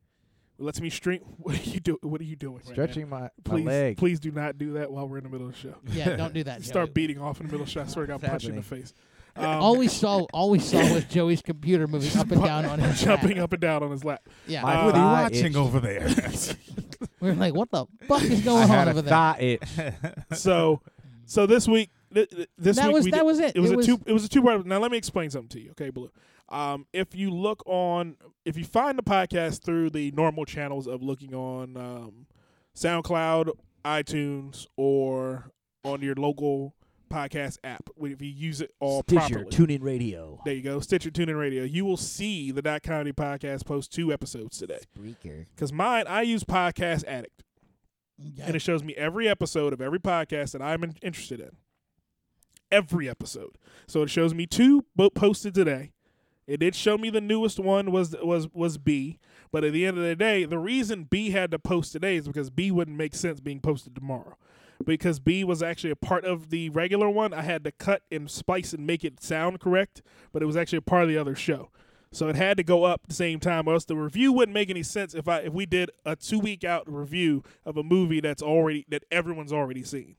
lets me stream. What are you do? What are you doing? right now? Stretching my, please, my leg. please do not do that while we're in the middle of the show. yeah, don't do that. Start Joey. beating off in the middle of the show. I swear to God, I'll punch you in the happening? face. Um, All we saw, all we saw was Joey's computer moving up and down on his lap. Um, jumping up and down on his lap. Yeah, My what are thigh Ah, you watching itched. over there? we were like, "What the fuck is I going on had over a there?" thigh itch. So, so this week, th- th- this That week was we that did- was it. It was a two. It was a two part. Now let me explain something to you, okay, Blue? Um, if you look on, if you find the podcast through the normal channels of looking on um, SoundCloud, iTunes, or on your local podcast app, if you use it all Stitcher, properly, TuneIn Radio. there you go, Stitcher, TuneIn Radio, you will see the Dot Comedy Podcast post two episodes today. Spreaker. Because mine, I use Podcast Addict, and it shows me every episode of every podcast that I'm in- interested in. Every episode, so it shows me two bo- posted today. It did show me the newest one was was was B, but at the end of the day, the reason B had to post today is because B wouldn't make sense being posted tomorrow. Because B was actually a part of the regular one, I had to cut and spice and make it sound correct, but it was actually a part of the other show. So it had to go up at the same time, or else the review wouldn't make any sense if I if we did a two week out review of a movie that's already that everyone's already seen.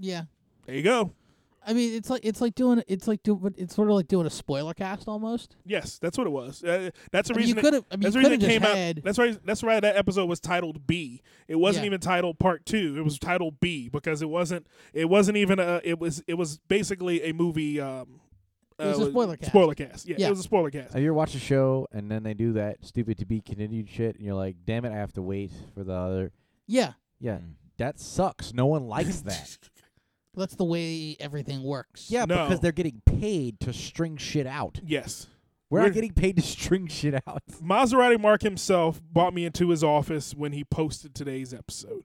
Yeah. There you go. I mean, it's like it's like doing it's like doing it's sort of like doing a spoiler cast almost. Yes, that's what it was. Uh, that's the I mean, you reason. it- could've- I mean, that's you the reason could've it came just had- out. That's why. That's why that episode was titled B. It wasn't Yeah. even titled Part Two. It was titled B because it wasn't. It wasn't even a. It was. It was basically a movie. Um, It was uh, a spoiler cast. Spoiler cast. Yeah, Yeah. it was a spoiler cast. You ever watch a show and then they do that stupid to be continued shit, and you're like, "Damn it, I have to wait for the other." Yeah, Yeah, Hmm. that sucks. No one likes that. that's the way everything works. yeah, No. because they're getting paid to string shit out. Yes. We're, We're- not getting paid to string shit out. Maserati Mark himself brought me into his office when he posted today's episode,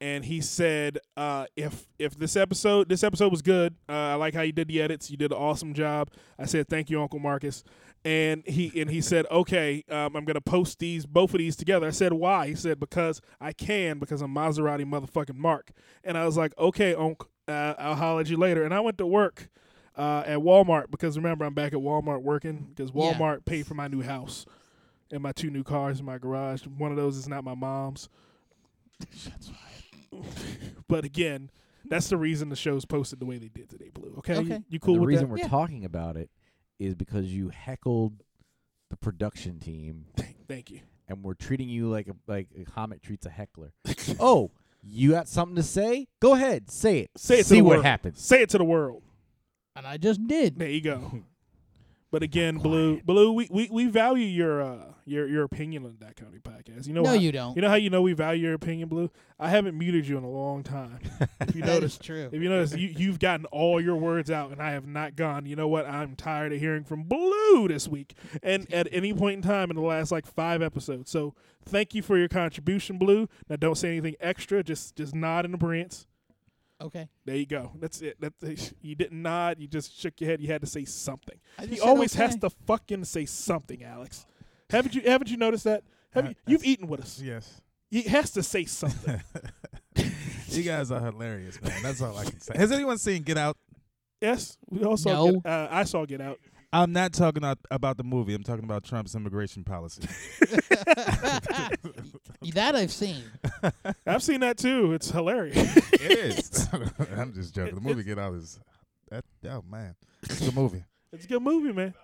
and he said, uh, "If if this episode this episode was good, uh, I like how you did the edits. You did an awesome job." I said, "Thank you, Uncle Marcus." And he and he said, "Okay, um, I'm gonna post these both of these together." I said, "Why?" He said, "Because I can, because I'm Maserati motherfucking Mark." And I was like, "Okay, Unc, uh, I'll holler at you later." And I went to work. Uh, at Walmart because remember I'm back at Walmart working because Yeah. Walmart paid for my new house and my two new cars in my garage. One of those is not my mom's. but again, that's the reason the show's posted the way they did today, Blue. Okay, You- Okay. You, cool the with reason that? we're Yeah. talking about it is because you heckled the production team, Thank- Thank you. and we're treating you like a like a comic treats a heckler. oh, you got something to say? Go ahead, say it. Say it to See the what world. happens. Say it to the world. and I just did. There you go. But again, Blue, Blue, we, we, we value your uh your your opinion on that county podcast. You know no, how- you don't. You know how you know we value your opinion, Blue? I haven't muted you in a long time. If you that notice, is true. If you notice, you, you've gotten all your words out, and I have not gone. You know what? I'm tired of hearing from Blue this week, and at any point in time in the last like five episodes. So thank you for your contribution, Blue. Now don't say anything extra. Just just nod in agreement. Okay. There you go. That's it. That's, you didn't nod. You just shook your head. You had to say something. I He just said always okay. has to fucking say something, Alex. Haven't you? Haven't you noticed that? Have Uh, you? You've eaten with us. Yes. He has to say something. You guys are hilarious, man. That's all I can say. Has anyone seen Get Out? yes. We all saw. No. Get, uh, I saw Get Out. I'm not talking out- about the movie. I'm talking about Trump's immigration policy. That I've seen. I've seen that too. It's hilarious. it is. I'm just joking. The movie Get Out is that. Oh man, it's a movie. It's a good movie, man.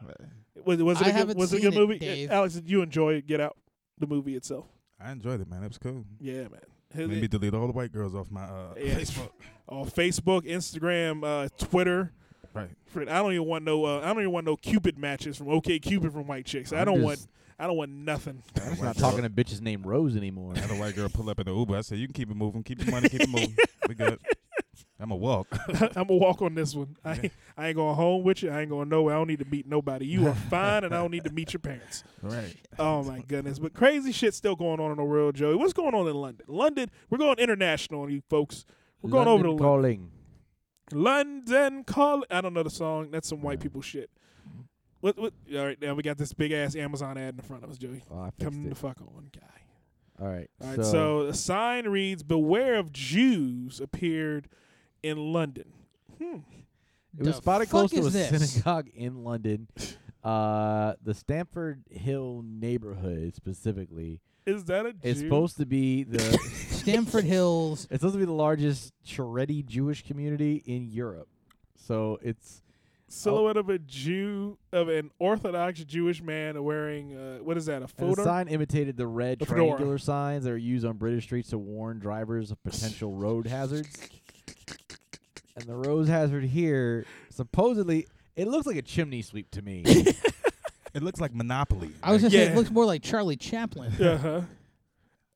Was, was it I a good, haven't was it a seen good it, movie? Dave. Alex, did you enjoy Get Out, the movie itself? I enjoyed it, man. It was cool. Yeah, man. His- Made me delete all the white girls off my uh, Yeah. Facebook. on Uh, Facebook, Instagram, uh, Twitter. Right. Fr- I don't even want no. Uh, I don't even want no Cupid matches from OK Cupid from white chicks. I I'm don't just- want. I don't want nothing. Had a I'm white not girl- talking to bitches named Rose anymore. Had a white girl pull up in the Uber. I said, "You can keep it moving. Keep your money. Keep it moving. We good." I'm a walk. I'm gonna walk on this one. I ain't, I ain't going home with you. I ain't going nowhere. I don't need to meet nobody. You are fine, and I don't need to meet your parents. Right. Oh my goodness! But crazy shit still going on in the world, Joey. What's going on in London? London, we're going international, on you folks. We're going over to London London. calling. London call. I don't know the song. That's some white people shit. Mm-hmm. What, what? All right, now we got this big ass Amazon ad in front of us, Joey. Oh, I fixed Come the it. fuck on, guy. All right. All right, so, the sign reads "Beware of Jews" appeared in London. Hmm. It was The spotted fuck close to is a this? synagogue in London. Uh, the Stamford Hill neighborhood specifically Is that a? is Jew? supposed to be the Stamford Hills. it's supposed to be the largest Charedi Jewish community in Europe. So it's silhouette of a Jew of an Orthodox Jewish man wearing uh, what is that? A and the photo? sign imitated the red A fedora. triangular signs that are used on British streets to warn drivers of potential road hazards. And the road hazard here supposedly It looks like a chimney sweep to me. It looks like Monopoly. I was gonna say Yeah. it looks more like Charlie Chaplin, Uh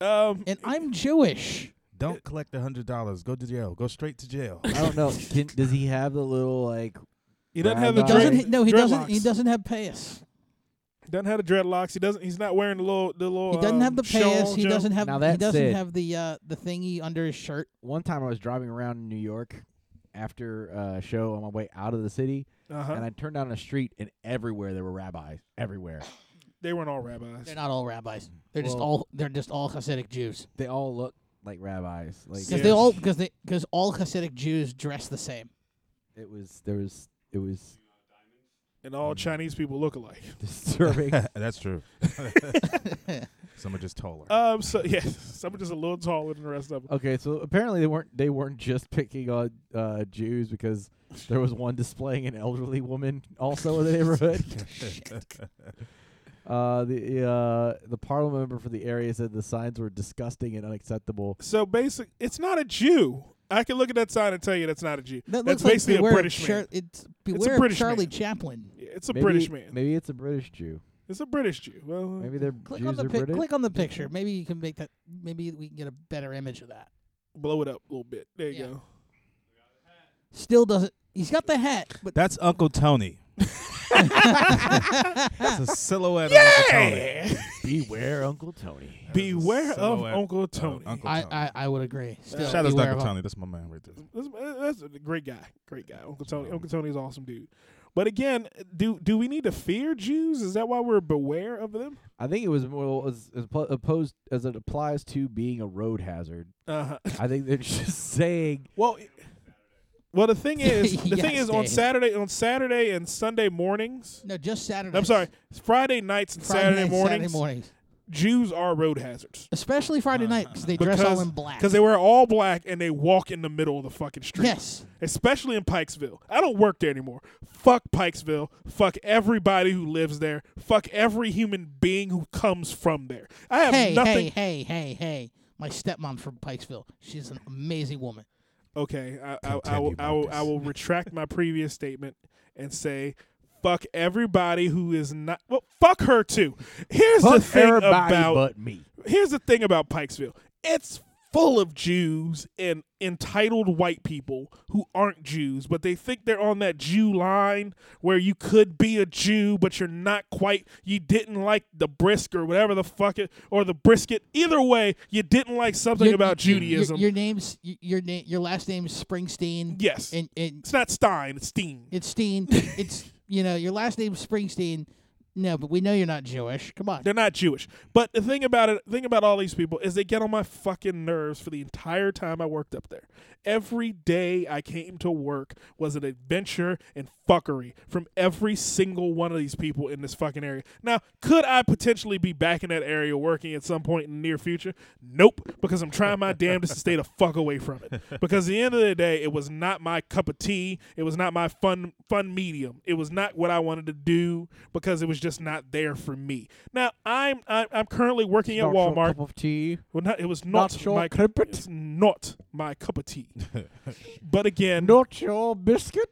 huh. Um, and I'm Jewish. Don't collect a hundred dollars. Go to jail. Go straight to jail. I don't know. Can, does he have the little like? he doesn't have the He Doesn't dread, he, no, he doesn't. He dreadlocks. doesn't have pass. Doesn't have the dreadlocks. He doesn't. He's not wearing the little. The little. He doesn't have um, the shawl pass. He jump. doesn't have. Now He that's doesn't it. have the uh, the thingy under his shirt. One time I was driving around in New York after a show on my way out of the city, Uh-huh. and I turned down a street, and everywhere there were rabbis. Everywhere. they weren't all rabbis. They're not all rabbis. They're just Well- all. They're just all Hasidic Jews. They all look like rabbis. Like Because Yeah. they all because they because all Hasidic Jews dress the same. it was. There was. It was And all Chinese people look alike. disturbing. That's true. Someone just taller. Um. So yeah, some are just a little taller than the rest of them. Okay, so apparently they weren't they weren't just picking on uh, Jews because there was one displaying an elderly woman also in the neighborhood. uh, the uh, the parliament member for the area said the signs were disgusting and unacceptable. So basic, it's not a Jew. I can look at that sign and tell you that's not a Jew. That that's looks like basically beware a of British Char- man. It's beware British of Charlie man. Chaplin. Yeah, It's a Maybe- British man. Maybe it's a British Jew. It's a British Jew. Well, Maybe they're Click Jews on the are pic- British. click on the picture. Maybe you can make that. Maybe we can get a better image of that. blow it up a little bit. There you Yeah. go. Still doesn't. He's got the hat, but That's Uncle Tony. That's a silhouette of Uncle Tony. Beware, Uncle Tony. Beware of Silhouette Uncle of Tony. Uncle I, Tony. I, I would agree. Still, Shout out to beware Uncle of- Tony. That's my man right there. That's, that's a great guy. Great guy. Uncle Tony. Uncle Tony's an awesome dude. But again, do do we need to fear Jews? Is that why we're beware of them? I think it was more as, as po- opposed as it applies to being a road hazard. Uh-huh. I think they're just saying Well, i- well, the thing is, the Yes, thing is, on Dave. Saturday, on Saturday and Sunday mornings. No, just Saturday. I'm sorry, Friday nights and Friday Saturday night, mornings. Saturday mornings, Jews are road hazards especially Friday night because they dress all because in black. because they wear all black and they walk in the middle of the fucking street. yes, especially in Pikesville. I don't work there anymore. Fuck Pikesville. Fuck everybody who lives there. Fuck every human being who comes from there. I have hey, nothing. hey, hey, hey, hey. My stepmom's from Pikesville. She's an amazing woman. Okay, I, I, I, Continue, will, I, will, Marcus. I will retract my previous statement and say. Fuck everybody who is not well. Fuck her too. Here's the "Fuck thing everybody about but me." here's the thing about Pikesville. It's full of Jews and entitled white people who aren't Jews, but they think they're on that Jew line where you could be a Jew, but you're not quite. You didn't like the brisk or whatever the fuck it, or the brisket. Either way, you didn't like something Your- about your- Judaism. Your, your name's your- your name. Your last name's Springsteen. yes, and and it's not Stein. It's Steen. it's Steen. it's you know your last name's Springsteen. No, but we know you're not Jewish. Come on. They're not Jewish. But the thing about it, thing about all these people is they get on my fucking nerves for the entire time I worked up there. Every day I came to work was an adventure and fuckery from every single one of these people in this fucking area. Now, could I potentially be back in that area working at some point in the near future? Nope, because I'm trying my damnedest to stay the fuck away from it. Because at the end of the day, it was not my cup of tea. It was not my fun fun medium. It was not what I wanted to do because it was just not there for me. Now I'm I'm, I'm currently working at Not your Walmart. cup of tea. Well, not, it was not, Not your my cup of- it's not my cup of tea. but again, Not your biscuit.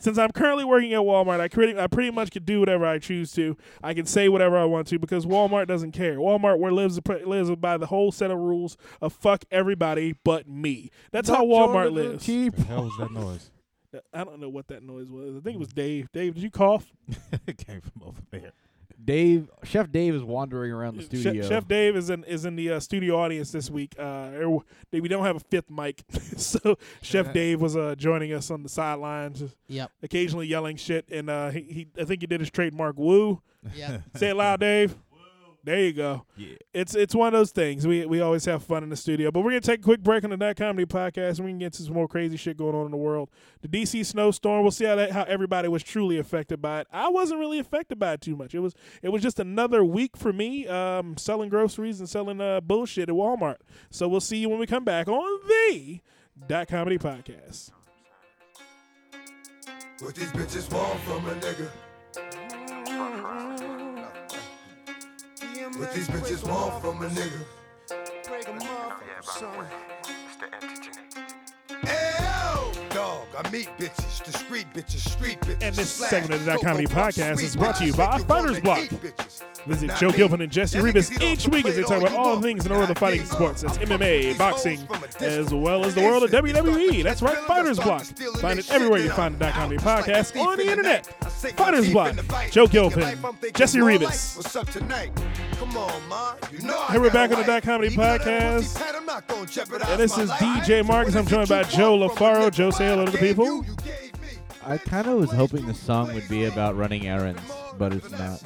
since I'm currently working at Walmart, I pretty I pretty much could do whatever I choose to. I can say whatever I want to because Walmart doesn't care. Walmart where lives lives by the whole set of rules of fuck everybody but me. That's how Walmart lives. The hell was that noise? I don't know what that noise was. I think it was Dave. Dave, did you cough? it came from over there. Dave, Chef Dave is wandering around the Chef- studio. Chef, Dave is in is in the uh, studio audience this week. Uh, er- we don't have a fifth mic, so Chef Dave was uh, joining us on the sidelines, just Yep. occasionally yelling shit. And uh, he, he, I think he did his trademark woo. Yep. Say it loud, Dave. There you go. Yeah. It's it's one of those things. We we always have fun in the studio, but we're gonna take a quick break on the That Comedy Podcast, and we can get to some more crazy shit going on in the world. The DC snowstorm. We'll see how that how everybody was truly affected by it. I wasn't really affected by it too much. It was it was just another week for me, um, selling groceries and selling uh, bullshit at Walmart. So we'll see you when we come back on the Dot Comedy Podcast. What these bitches want from a nigga. What these bitches want from a nigga. Break 'em up, son. Ayo, dog, I'm Meat bitches, the street bitches, street bitches. And this Slash, segment of the Dot go, Comedy go, go, Podcast sweet is brought to you bitches, by make your Fighter's woman Block. eat bitches. Visit Not Joe me. Gilpin and Jesse That Rivas nigga, he each don't week as they talk play about all you things in want. the world of Not fighting me. sports. That's I'm fucking MMA, these boxing, hoes from a distance. as well as the world of Listen, WWE. start That's to right, steal Fighters them, Block. start to steal them Find and it everywhere shit you find the Dot them. Comedy Just like a Podcast thief on in the internet. night. I say my Fighters teeth Block, in the fight. Joe Thinking Gilpin, life, I'm thinking Jesse more Rivas. life. What's up tonight? Come on, ma. You know I Hey, we're got back a on the wife. Dot Comedy You know that Podcast. pussy pat, I'm not gonna jeopardize And this my is life. DJ Marcus. What I'm is joined it by you Joe want from a LaFaro. nigga? Joe, say hello to the I gave people. you, you gave me. I kind of was hoping the song would be about running errands, but it's not.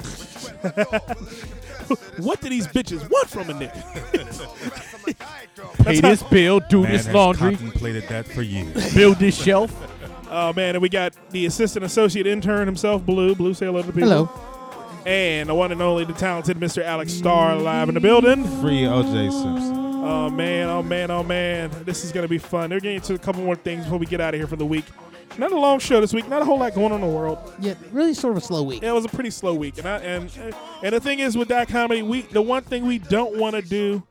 What do these bitches want from a nigga? Pay this bill, do Man this has laundry, contemplated that for years. build this shelf. Oh man, and we got the assistant associate intern himself, Blue. Blue, say hello to the people. Hello. And the one and only, the talented Mr. Alex Starr, live in the building. Free OJ Simpson. Oh man, oh man, oh man, this is gonna be fun. They're getting to a couple more things before we get out of here for the week. Not a long show this week. Not a whole lot going on in the world. Yeah, really sort of a slow week. it was a pretty slow week, and I, and and the thing is with that comedy, we the one thing we don't want to do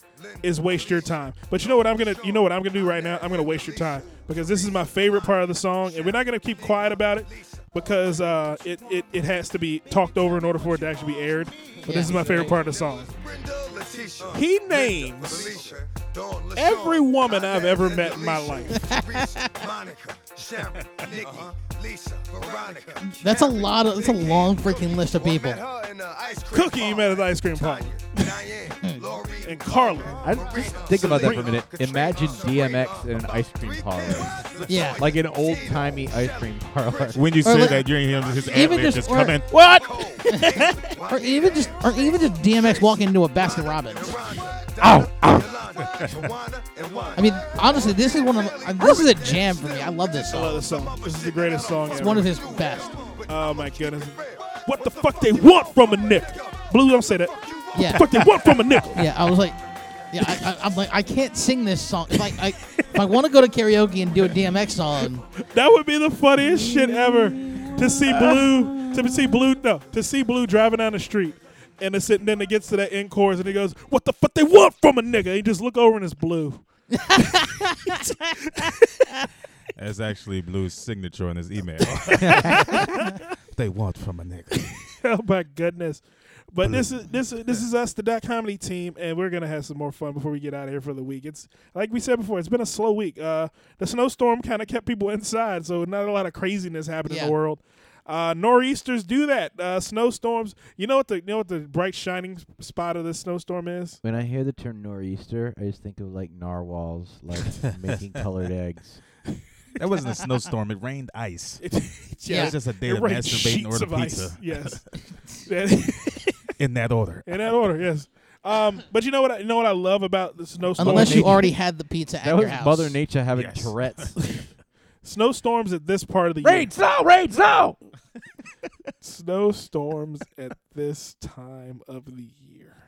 is waste your time. But you know what I'm gonna you know what I'm gonna do right now? I'm gonna waste your time because this is my favorite part of the song, and we're not gonna keep quiet about it because uh, it, it it has to be talked over in order for it to actually be aired. But this is my favorite part of the song. He names every woman I've ever met in my life. That's a lot of- that's a long freaking list of people. Cookie, you met at the ice cream parlor. And Carly. I just think about that for a minute. Imagine DMX in an ice cream parlor, Yeah. like an old timey ice cream parlor. When you Or said like- that, you ain't hear him just his ad Even lib just- just or- coming. What? Or even just or even just DMX walking into a Baskin Robbins. Ow, I mean, honestly, this is one of uh, this is a jam for me. I love this I song. love this song. This is the greatest song It's ever. one of his best. Oh my goodness. What the fuck they want from a nickel? Blue, don't say that. Yeah. What the fuck they want from a nickel? Yeah, I was like, yeah, I, I, I'm like, I can't sing this song. If I, I, if I want to go to karaoke and do a DMX song, That would be the funniest shit ever. To see Blue, to see Blue, no, to see Blue driving down the street. And it's sitting, then it gets to that end chorus and he goes, What the fuck they want from a nigga? He just look over and it's Blue. That's actually Blue's signature on his email. they want from a nigga. oh my goodness. But this is this Mm. is this is us, the dot comedy team, and we're gonna have some more fun before we get out of here for the week. It's like we said before, it's been a slow week. Uh, the snowstorm kind of kept people inside, so not a lot of craziness happened in Yeah. the world. Uh, nor'easters do that. Uh, snowstorms. You know what the you know what the bright shining spot of this snowstorm is? When I hear the term nor'easter, I just think of like narwhals, like making colored eggs. That wasn't a snowstorm. It rained ice. It, Yeah. It's just a day it of rained masturbating sheets order of ice. pizza Yes. in that order. in that order, yes. Um, but you know what? I, you know what I love about the snowstorm. unless you already had the pizza at That your was house. Mother Nature having Yes. Tourette's. snowstorms at this part of the year. now, rain now. snowstorms at this time of the year.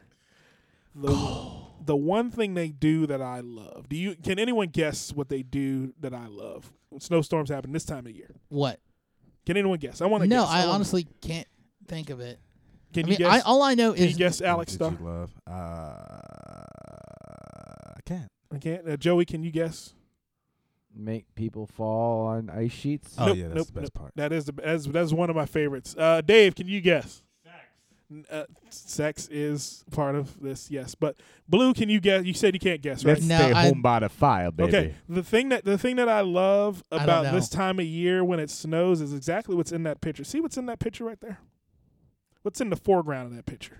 The, the one thing they do that I love. Do you can anyone guess what they do that I love? When snowstorms happen this time of year. What? Can anyone guess? I want to No, guess. I wanna- honestly can't think of it. Can I you mean, I, guess? all I know can you is guess Alex What Star? did you love? Uh, I can't. I can't. Uh, Joey, can you guess? Make people fall on ice sheets. Oh Nope, yeah, that's nope, the best part. That is the that's, that's one of my favorites. Uh, Dave, can you guess? Sex. Uh, sex is part of this, yes. But Blue, can you guess? You said you can't guess, right? Let's No, stay I- home by the fire, baby. Okay. The thing that the thing that I love don't about know. this time of year when it snows is exactly what's in that picture. See what's in that picture right there? What's in the foreground of that picture?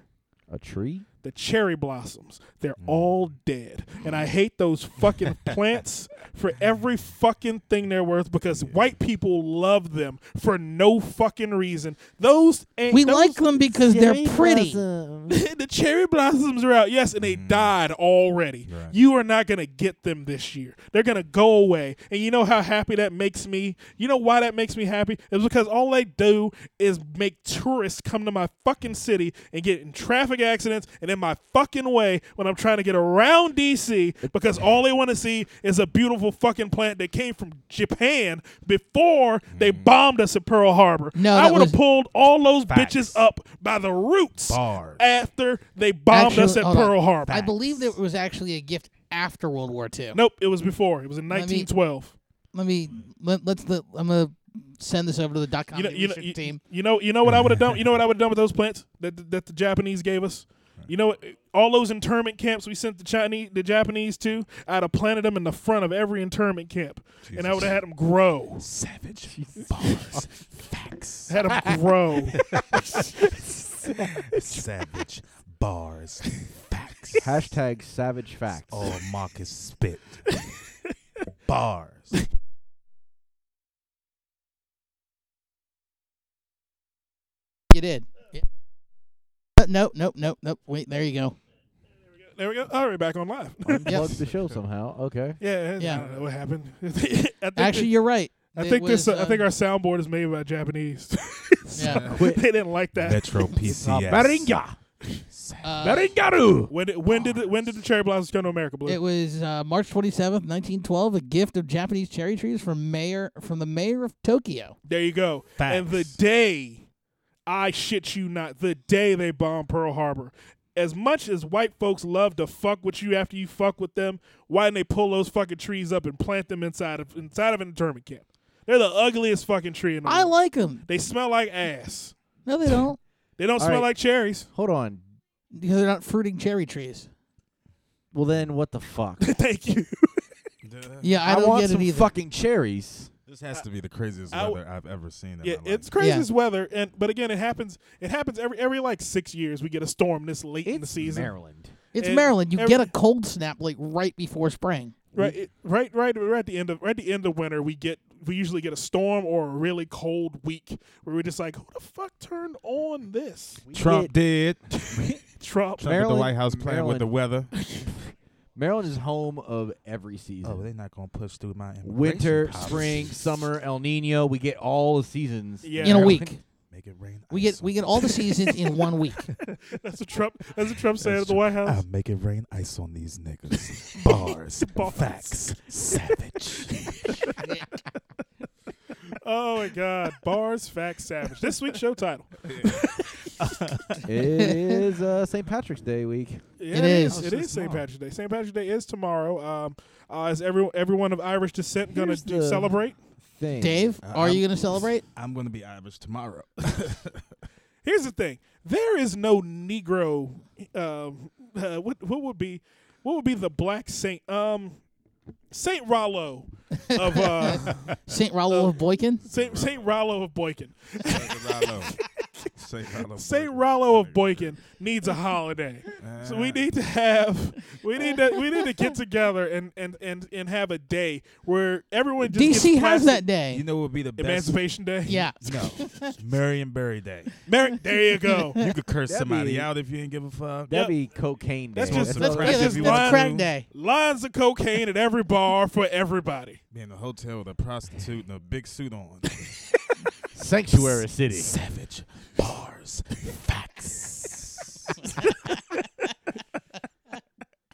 A tree? The cherry blossoms. They're all dead. And I hate those fucking plants for every fucking thing they're worth because white people love them for no fucking reason. Those ain't we those- like them because they're pretty. Um, the cherry blossoms are out, yes, and they died already. Mm. Right. You are not going to get them this year. They're going to go away. And you know how happy that makes me? You know why that makes me happy? It's because all they do is make tourists come to my fucking city and get in traffic accidents and in my fucking way when I'm trying to get around DC because all they want to see is a beautiful fucking plant that came from Japan before they Mm. bombed us at Pearl Harbor. No, I that would have was- pulled all those bitches Facts. up by the roots Bars. after they bombed us Actually- at hold on. Pearl Harbor. I believe that it was actually a gift after World War II. Nope, it was before. It was in Let me- 1912. let me let, let's the I'm gonna send this over to the dot com You know, you know, research you, team. you know, you know what I would have done. You know what I would have done with those plants that that the Japanese gave us. You know, what? all those internment camps we sent the Chinese, the Japanese to, I'd have planted them in the front of every internment camp, and I would have had them grow. Savage bars, facts. Had them grow. Savage bars, facts. Hashtag savage facts. Oh, Marcus spit bars. You did. Yeah. Uh, Nope, nope, nope, nope. Wait, there you go. there we go. All right, back on live. Plug the show somehow. Okay. yeah, I Yeah. don't know what happened. I think Actually, that- you're right. I It think was, this. uh, I uh, think our soundboard is made by Japanese. yeah. they didn't like that. Metro PCS. Uh, Baringaru. When did when did the, when did the cherry blossoms come to America? Blue? It was uh, March 27th, 1912, a gift of Japanese cherry trees from mayor from the mayor of Tokyo. There you go. And the Facts. day, I shit you not, the day they bombed Pearl Harbor. As much as white folks love to fuck with you after you fuck with them, why didn't they pull those fucking trees up and plant them inside of inside of an internment camp? They're the ugliest fucking tree in the I world. like them. they smell like ass. No, they don't. They don't All smell right. like cherries. Hold on. Because they're not fruiting cherry trees. Well, then what the fuck? Thank you. Yeah, I don't want get some it either. fucking cherries. This has to be the craziest I- weather I've ever seen. In Yeah, my life. it's crazy Yeah. as weather, and but again, it happens. It happens every every like six years. We get a storm this late in the season. Maryland. it's and Maryland. You every- get a cold snap like right before spring. Right, it, right, right, right at the end of right at the end of winter, we get we usually get a storm or a really cold week where we're just like, who the fuck turned on this? Trump It- did. Trump. Trump at the Maryland- White House playing with the weather. Maryland is home of every season. Oh, they're not gonna push through my immigration Winter, policies. spring, summer, El Nino. We get all the seasons. Yeah, in a week. Make it rain. We ice get we on get you. all the seasons in one week. That's what Trump. That's what Trump said That's at the true. Um, White House. I'll make it rain ice on these niggas. Bars, Bars. facts, savage. Eh, Oh my God, bars, facts, savage. This week's show title. it is uh, St. Patrick's Day week. Yeah, It is. is. It is St. Patrick's Day. St. Patrick's Day is tomorrow. Um, uh, is every everyone of Irish descent going to Here's do the- celebrate? Thing. Dave, Uh, are I'm- you going to celebrate? I'm gonna be Irish tomorrow. Here's the thing: there is no Negro. Um, uh, what what would be what would be the black saint? Um, Saint Rollo of uh, St. Rollo of Boykin? Saint Saint Rollo of Boykin. Say Rollo. Saint Rollo of Boykin needs a holiday, so we need to have we need to we need to get together and and and and have a day where everyone just gets DC has plastic- that day. You know what would be the best? Emancipation Day. yeah. No, Marion Berry Day. Mary, there you go. You could curse That'd somebody be- out if you didn't give a fuck. Yep. That'd be cocaine day. That's just- that's That's, right. yeah, that's, If you that's want crack to. day. Lines of cocaine at every bar for everybody. Be in a hotel with a prostitute and a big suit on. Sanctuary City. Savage bars, facts.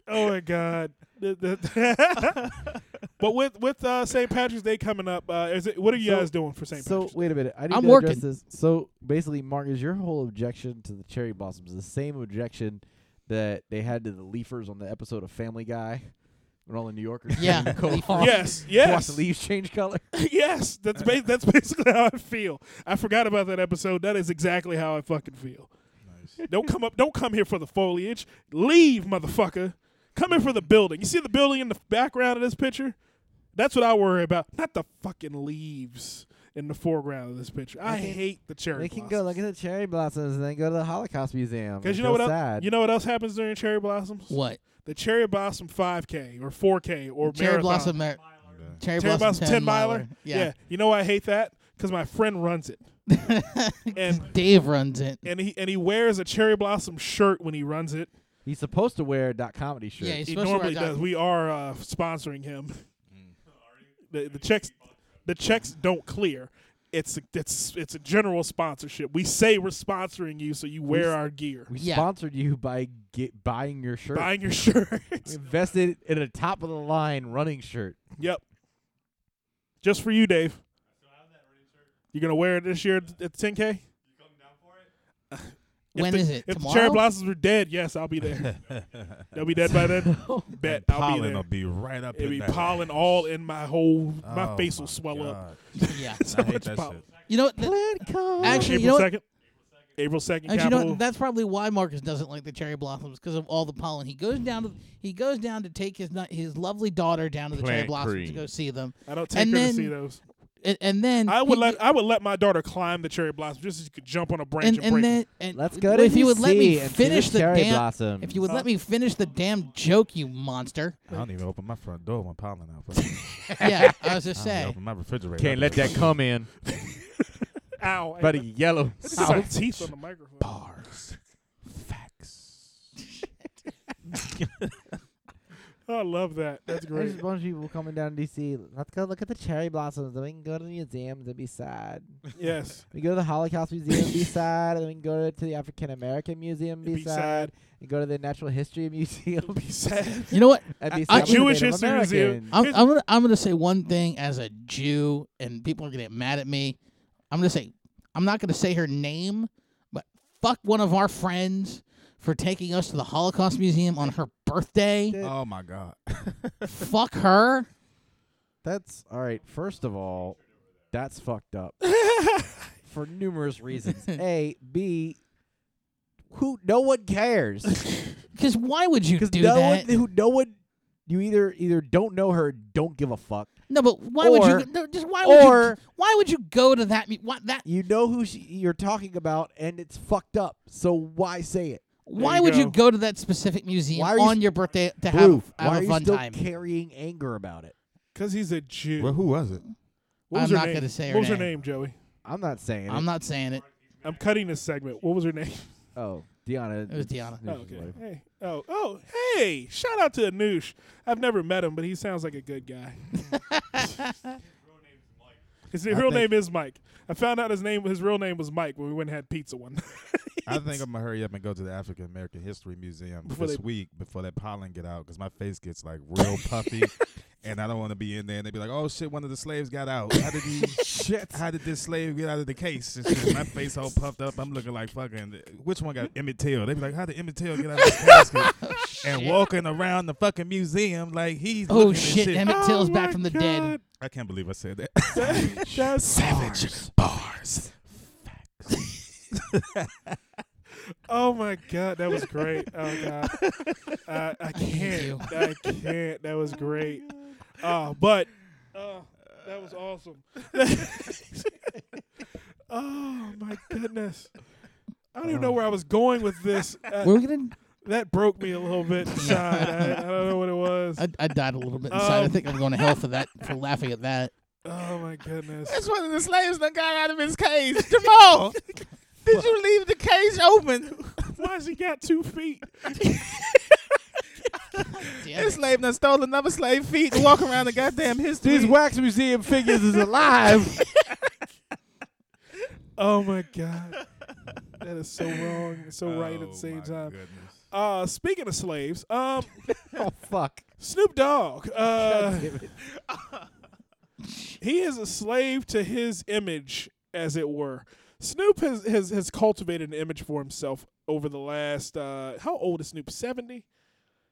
Oh my God! The- the- but with with uh, St. Patrick's Day coming up, uh, is it, what are you So- guys doing for St. So Patrick's? wait a minute. I need I'm to address working. this. So basically, Mark, is your whole objection to the cherry blossoms the same objection that they had to the leafers on the episode of Family Guy when all the New Yorkers Yeah, came to go leafers. along yes, and watch yes, the leaves change color? yes. That's ba- that's basically how I feel. I forgot about that episode. That is exactly how I fucking feel. Don't come up. Don't come here for the foliage. Leave, motherfucker. Come here for the building. You see the building in the background of this picture? That's what I worry about. Not the fucking leaves in the foreground of this picture. I Okay. hate the cherry. they can go look at the cherry blossoms and then go to the Holocaust Museum. because and you know feel what? Else, sad. you know what else happens during cherry blossoms? What? the Cherry Blossom 5K or 4K or Cherry marathon. Blossom Mar- Cherry, Cherry Blossom 10 miler. Yeah. you know why I hate that? Because my friend runs it, and Dave runs it. and he and he wears a Cherry Blossom shirt when he runs it. He's supposed to wear a dot comedy shirt. Yeah, he's He supposed to wear normally a does. diamond. We are uh, sponsoring him. The, the checks, the checks don't clear. It's a, it's it's a general sponsorship. We say we're sponsoring you, so you wear s- our gear, we Yeah. sponsored you by get, buying your shirt. buying your shirt. we invested in a top of the line running shirt. Yep. Just for you, Dave. You're gonna wear it this year at the 10K. You When the, is it? If the cherry Tomorrow? blossoms were dead, yes, I'll be there. They'll be dead by then. Oh Bet I'll be Pollen there. will be right up It'll in be that. pollen all in my whole. My Oh face will swell up. God. yeah. I hate much that pollen. shit. You know what? Th- Actually, you April know what? second. April second. Actually, you know Capitol. what? that's probably why Marcus doesn't like the cherry blossoms because of all the pollen. He goes down to he goes down to take his nu- his lovely daughter down to the cherry Plant blossoms to cream. go see them, I don't take and her to then- see those. and, and then I would he- let I would let my daughter climb the cherry blossom just so she could jump on a branch and, and, break. and it. then and Let's go well, to if you would let me DC and see finish the cherry damn blossoms. if you would Huh? let me finish the damn joke, you monster. I don't even open my front door when pollen out. bro. I don't yeah, I was just even saying. open my refrigerator. Can't let that come in. Ow! About a yellow. This is my teeth on the microphone. Bars. Facts. I love that. That's There's great. a bunch of people coming down to DC. Let's go look at the cherry blossoms. Then we can go to the museums and be sad. yes. We go to the Holocaust Museum and be sad. And then we can go to the African American Museum and be, Be sad. sad. And go to the Natural History Museum Be sad. You know what? and be sad. I- with the Jewish Native History Museum. Americans. I'm, Here's- I'm gonna I'm gonna say one thing as a Jew, and people are gonna get mad at me. I'm gonna say I'm not gonna say her name, but fuck one of our friends for taking us to the Holocaust Museum on her birthday. Oh my god. fuck her. That's all right. First of all, that's fucked up for numerous reasons. A, B, Who? No one cares. Because why would you Because do no that? one. Who? No one. You either either don't know her, don't give a fuck. no, but why would or- you? No, just why would or- you? Why would you go to that? mu- Why that? You know who she, you're talking about, and it's fucked up. So why say it? Why you would you go. go to that specific museum Why are you on s- your birthday Blue, to have, have why are a you fun still time? carrying anger about it? Because he's a Jew. Well, who was it? What was I'm her not name? gonna say her What was her name. name, Joey? I'm not saying I'm it. not saying it. I'm cutting this segment. What was her name? Oh, Deanna. It was it's Deanna. Oh, Noosh's okay. wife. Hey. Oh, oh, hey. Shout out to Anoush. I've never met him, but he sounds like a good guy. his I real think- name is Mike. I found out his name his real name was Mike when we went and had pizza one. night. I think I'm gonna hurry up and go to the African American History Museum Before this they- week before that pollen get out because my face gets like real puffy, and I don't want to be in there. And they be like, "Oh shit, one of the slaves got out. How did he? shit, how did this slave get out of the case?" And shit, my face all puffed up. I'm looking like fucking. Which one got Emmett Till? They be like, "How did Emmett Till get out of the casket?" and walking around the fucking museum like he's. looking Oh at shit! shit. Emmett Till's Oh back my from the dead. God. I can't believe I said that. That- that's- Savage bars. Oh my god, that was great. Oh god, I, I hate you. Oh can't. I can't. That was great. Uh, but uh, that was awesome. oh my goodness. I don't even know where I was going with this. Uh, Oh. We're gonna. that broke me a little bit inside. I, I don't know what it was. I, I died a little bit inside. I Um, think I'm going to hell for that for laughing at that. Oh my goodness. That's one of the slaves that got out of his cage. Jamal, did you leave the cage open? Why's he got two feet? Damn This slave done stole another slave feet and walk around the goddamn history. These wax museum figures is alive. Oh my god. That is so wrong, and so right at the same time. Uh, speaking of slaves, um, oh fuck. Snoop Dogg. Uh, he is a slave to his image, as it were. Snoop has, has, has cultivated an image for himself over the last. Uh, how old is Snoop? 70?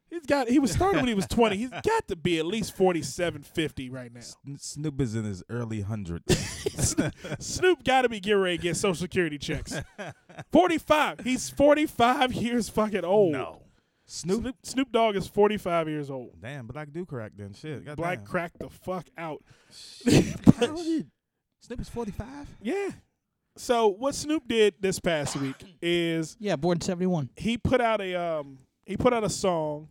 He's got. He was started when he was 20. He's got to be at least 47, 50 right now. Snoop is in his early hundreds. Snoop got to be getting ready to get Social Security checks. 45. He's 45 years fucking old. Snoop. Snoop, Snoop Dogg is 45 years old. Damn, Black do crack then. Shit. Goddamn. Black cracked the fuck out. Snoop is 45? Yeah. So what Snoop did this past week is Yeah, born seventy one. he put out a um he put out a song.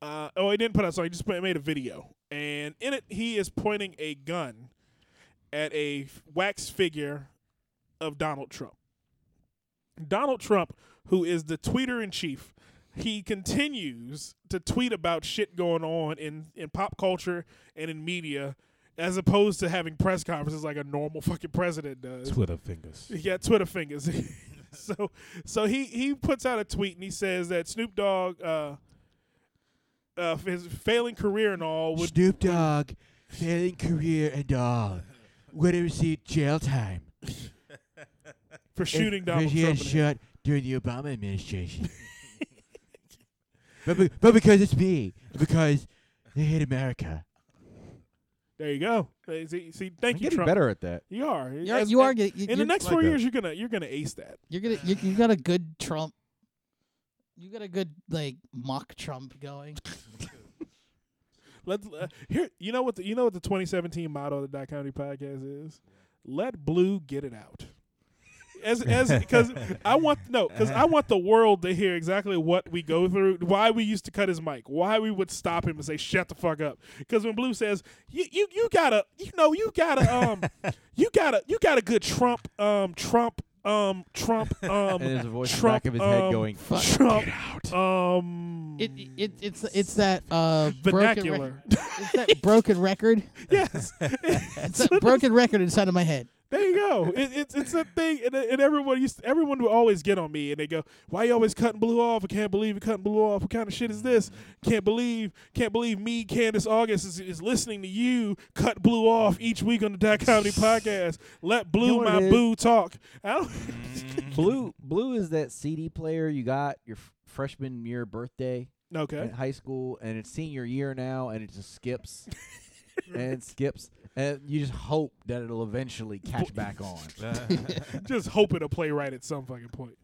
Uh, oh, he didn't put out a song. He just put, made a video, and in it he is pointing a gun at a f- wax figure of Donald Trump. Donald Trump, who is the tweeter in chief, he continues to tweet about shit going on in, in pop culture and in media, as opposed to having press conferences like a normal fucking president does. Twitter fingers. He got Twitter fingers. so so he he puts out a tweet and he says that Snoop Dogg uh uh his failing career and all would Snoop Dogg, failing career and all, would have received jail time for shooting Donald if he Trump. had in it. shot during the Obama administration. but, be- but because it's me, because they hate America. There you go. Hey, See, see thank I'm you, getting Trump. better at that. You are. You are, As- you are in- getting. You, in the you're- next like four that. years, you're gonna you're gonna ace that. You're gonna you, you got a good Trump. You got a good like mock Trump going. Let's uh, here. You know what? The, you know what the 2017 motto of the Dot Comedy Podcast is? Let blue get it out. As as because I want no because I want the world to hear exactly what we go through, why we used to cut his mic, why we would stop him and say shut the fuck up. Because when Blue says you you you gotta you know you gotta um you gotta you got a good Trump um Trump um Trump um And there's a voice in the Trump back of his head um, going, Fuck. Trump um It, it it's it's that uh broken rec- vernacular. it's that broken record. yes, It's that broken record inside of my head. There you go. It, it's it's a thing, and, and everyone used everyone would always get on me, and they go, "Why you always cutting blue off? I can't believe you cutting blue off. What kind of shit is this? Can't believe, can't believe me, Candace August is, is listening to you cut blue off each week on the Dot Comedy podcast. Let blue You know what my it is? boo talk. I don't. Blue Blue is that CD player you got your f- freshman year birthday okay. at high school, and it's senior year now, and it just skips and it skips, and you just hope that it'll eventually catch back on. just hoping to play right at some fucking point,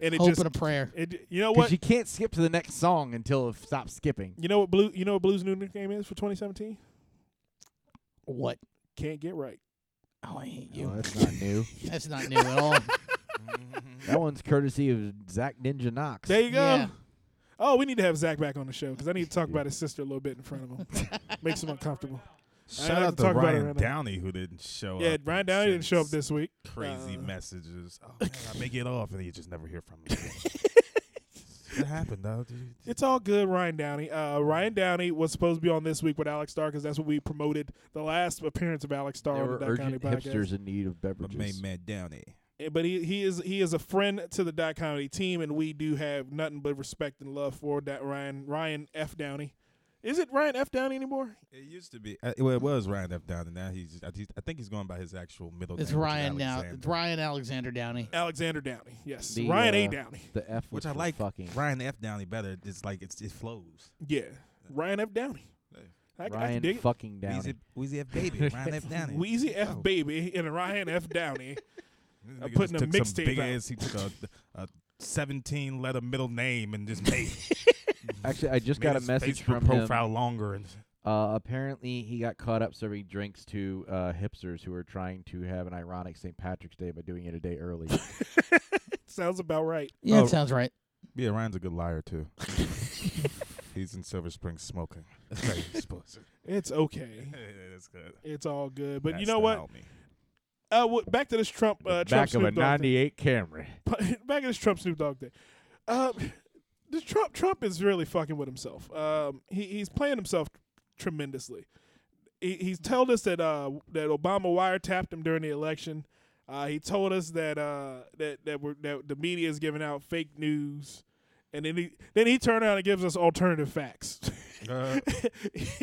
and it Hope just and a prayer. it, you know Because what you can't skip to the next song until it stops skipping. you know what blue you know what blues new nickname is for 2017. What? Can't get right. Oh, I hate Oh, you. that's not new. That's not new at all. That one's courtesy of Zach Ninja Knox. There you go. Yeah. Oh, we need to have Zach back on the show because I need to talk about his sister a little bit in front of him. Makes him uncomfortable. Shout like out to to talk about it Ryan right now. Downey who didn't show Yeah, up. Brian and Downey didn't sent show up this week. Crazy Uh, messages. Oh, man, I may get off, and then you just never hear from him. again. what happened, though? Did you- It's all good, Ryan Downey. Uh, Ryan Downey was supposed to be on this week with Alex Starr because that's what we promoted the last appearance of Alex Starr There on the were Dot County urgent podcast. hipsters in need of My main beverages. man Downey. Eh, But he, he is he is a friend to the Dot Comedy team, and we do have nothing but respect and love for that Ryan Ryan F Downey. Is it Ryan F Downey anymore? It used to be. Uh, well, it was Ryan F. Downey. Now he's. Just, I, he's- I think he's going by his actual middle name. It's which is Ryan now. It's Alexander. Ryan Alexander Downey. Alexander Downey. Yes, The, Ryan A uh, Downey. The F was Which I for like. Fucking Ryan F. Downey better. It's like it's, it flows. Yeah, Ryan F Downey. I, I can Ryan dig it. fucking Downey. Weezy, Weezy F. Baby. Ryan F. Downey. Weezy F Oh. Baby and Ryan F Downey. This I'm nigga putting just a took mixtape some big out. ass- He took a, a 17 letter middle name and just made. Actually, I just made got a his message Facebook from him. profile longer and Uh, apparently, he got caught up serving drinks to uh, hipsters who were trying to have an ironic St. Patrick's Day by doing it a day early. Sounds about right. Yeah, Oh. it sounds right. Yeah, Ryan's a good liar too. He's in Silver Spring smoking. That's how you're supposed to. It's okay. That's good. It's all good. But you That's know the what? homie. Uh, w- back to this Trump. Uh, Trump Back of Snoop a Dogg thing. '98 Camry. back in this Trump Snoop Dogg thing. Um, this Trump Trump is really fucking with himself. Um, he he's playing himself tremendously. He he's told us that uh that Obama wiretapped him during the election. Uh, he told us that uh that that we're that the media is giving out fake news, and then he then he turned around and gives us alternative facts. Uh,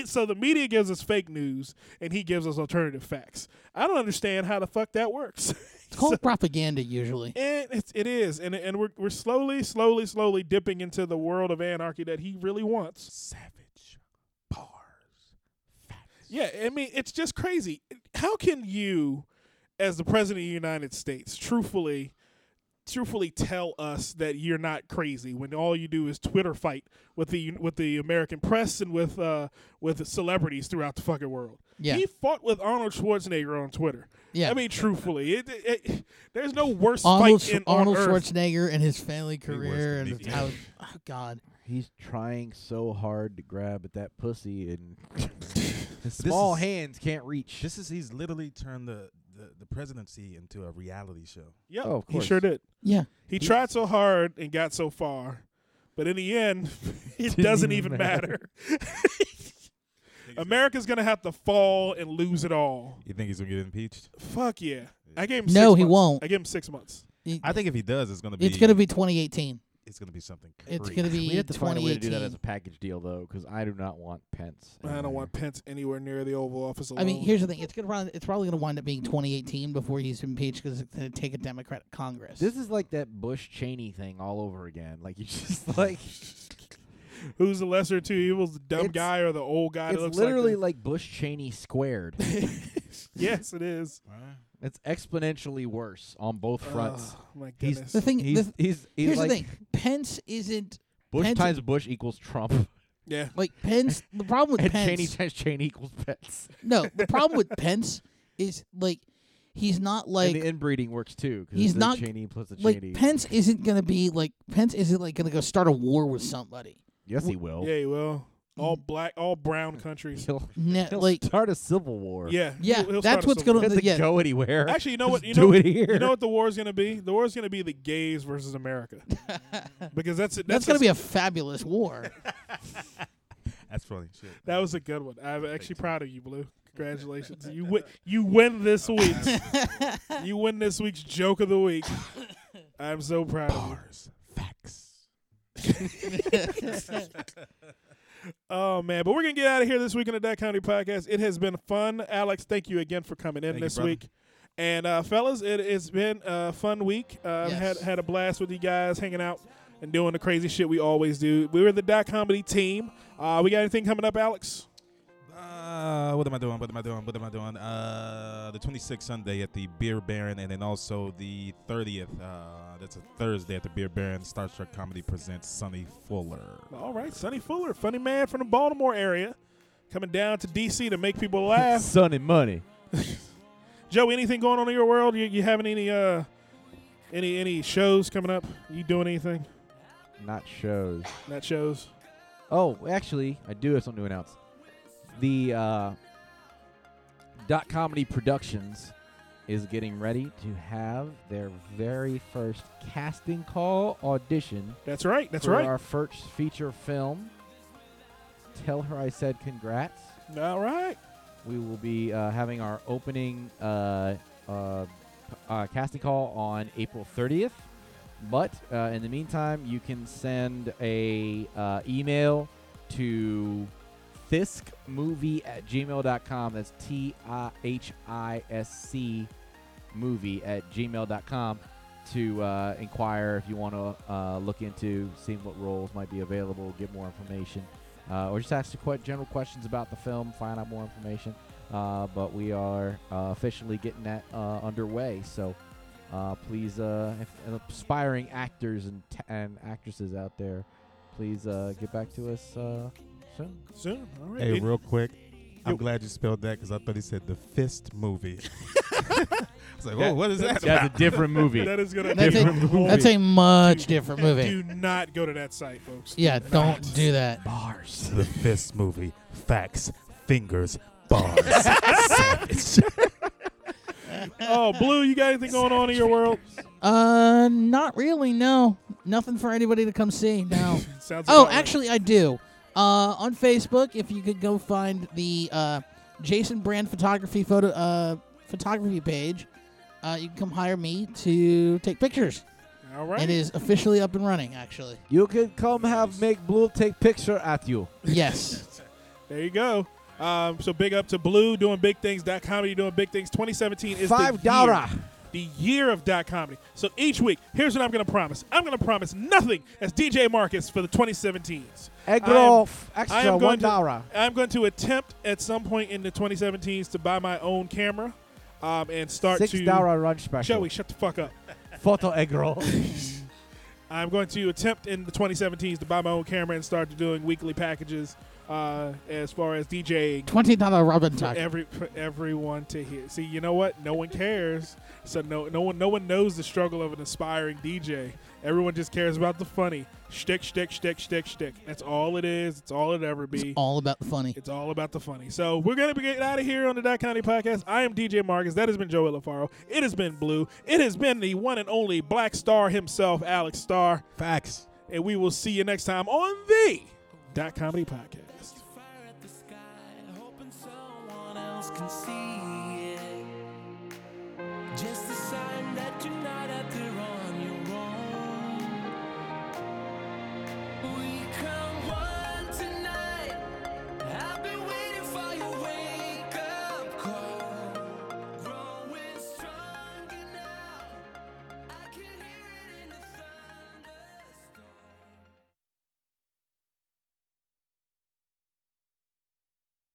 so the media gives us fake news, and he gives us alternative facts. I don't understand how the fuck that works. It's called So- propaganda usually. and it's, it is, and and we're we're slowly, slowly, slowly dipping into the world of anarchy that he really wants. savage bars. Facts. Yeah, I mean, it's just crazy. How can you, as the president of the United States, truthfully, truthfully tell us that you're not crazy when all you do is Twitter fight with the with the American press and with uh with celebrities throughout the fucking world? Yeah. he fought with Arnold Schwarzenegger on Twitter. Yeah. I mean, truthfully, it, it, it- there's no worse Arnold, fight Sch- in on Arnold earth. Schwarzenegger and his family was career the and big how, deal. oh God, He's trying so hard to grab at that pussy, and his This small is- hands can't reach. This is he's literally turned the, the, the presidency into a reality show. Yep, Oh, of he sure course. did. yeah, He tried so hard and got so far, but in the end, it Didn't doesn't even even matter. America's gonna have to fall and lose it all. You think he's gonna get impeached? Fuck yeah! I gave him No, Six he months. won't. I gave him six months. It- I think if he does, it's gonna be. it's gonna be 2018. it's gonna be something. Crazy. It's gonna We be have to find a way to do that 2018. as a package deal, though, because I do not want Pence. in I there. don't want Pence anywhere near the Oval Office alone. I mean, here's the thing: it's gonna run, it's probably gonna wind up being 2018 before he's impeached because it's gonna take a Democratic Congress. This is like that Bush Cheney thing all over again. Like you just like Who's the lesser of two evils, the dumb It's- guy or the old guy? that it's looks literally Like like, Bush Cheney squared. the- yes, it is. it's exponentially worse on both fronts. Oh, my He's- goodness. the thing, he's, the- he's he's here's like the thing: Pence isn't Bush Pence- times Bush equals Trump, yeah, like Pence. The problem with and Pence, Cheney times Cheney equals Pence. no, the problem with Pence is like he's not like and the inbreeding works too. 'cause he's it's a not- Cheney plus a like Cheney. Pence isn't gonna be like Pence isn't like gonna go start a war with somebody. yes, he will. yeah, he will. All black, all brown countries. He'll, No, he'll like start a civil war. Yeah, yeah, he'll- he'll start that's a what's civil gonna war. doesn't yeah. go anywhere. Actually, you know what? You Just know, do it here. you know what the war's gonna be? The war's gonna be the gays versus America, because that's it. That's, gonna be a fabulous war. That's funny. Shit. that was a good one. I'm actually proud of you, Blue. Congratulations, you win. You win this week. you win this week's joke of the week. I'm so proud of you. Bars, facts. Oh man, but we're gonna get out of here this week on the Dot County Podcast. It has been fun, Alex. Thank you again for coming in Thank you, this brother. week. And uh, fellas, it has been a fun week. Uh, Had Yes. had a blast with you guys, hanging out and doing the crazy shit we always do. We were the Dot Comedy team. Uh, we got anything coming up, Alex? Uh, what am I doing? What am I doing? What am I doing? Uh, the 26th Sunday at the Beer Baron, and then also the 30th. Uh, that's a Thursday at the Beer Baron. Star Trek Comedy presents Sonny Fuller. All right, Sonny Fuller, funny man from the Baltimore area, coming down to DC to make people laugh. Son and money. Joe, anything going on in your world? You, you having any uh, any any shows coming up? You doing anything? Not shows. Not shows. Oh, actually, I do have something to announce. The uh, Dot Comedy Productions is getting ready to have their very first casting call audition That's right. That's for right. our first feature film. Tell her I said congrats. All right. We will be uh, having our opening uh, uh, p- uh, casting call on April 30th. But uh, in the meantime, you can send a uh, email to thiskmovie at gmail.com. That's T I H I S C movie at gmail.com to uh, inquire if you want to uh, look into seeing what roles might be available, get more information, uh, or just ask que- general questions about the film, find out more information. Uh, but we are uh, officially getting that uh, underway. So uh, please, uh, if, uh, aspiring actors and, t- and actresses out there, please uh, get back to us uh, soon. Soon. All right. Hey, Did- real quick, I'm Yo. glad you spelled that because I thought he said the Fist movie. I was like, That- oh, what is that? That's a different movie. that is gonna. That's different a, movie. that's a much different movie. Do not go to that site, folks. Yeah, don't do that. Bars. The Fist movie. Facts. Fingers. Bars. Savage. Oh, Blue, you got anything going on in your world? Uh, not really. No, nothing for anybody to come see. No. Sounds. oh, about right. actually, I do. Uh, on Facebook, if you could go find the uh, Jason Brand photography photo uh, photography page, uh, you can come hire me to take pictures. All right. It is officially up and running. Actually, You can come have make Blue take picture at you. yes. There you go. Um, so big up to Blue doing big things. Dot comedy doing big things. 2017 is Five the dollar. Year, the year of dot comedy. So each week, here's what I'm gonna promise. I'm gonna promise nothing as DJ Marcus for the 2017s. Egg I am- roll f- I extra am one going to- dollar. I'm going to attempt at some point in the 2017s to buy my own camera um, and start Six to. dollar run special. Joey, shut the fuck up. Photo egg roll. I'm going to attempt in the 2017s to buy my own camera and start doing weekly packages uh, as far as DJing Twenty dollar Robin for Tuck. every for everyone to hear. See, you know what? No one cares. So no no one no one knows the struggle of an aspiring DJ. Everyone just cares about the funny. Shtick, shtick, shtick, shtick, shtick. That's all it is. It's all it ever be. It's all about the funny. It's all about the funny. So we're gonna be getting out of here on the Dot County Podcast. I am DJ Marcus. That has been Joey LaFaro. It has been Blue. It has been the one and only Black Star himself, Alex Starr. Facts. And we will see you next time on the Dot Comedy Podcast. fire at the sky, hoping someone else can see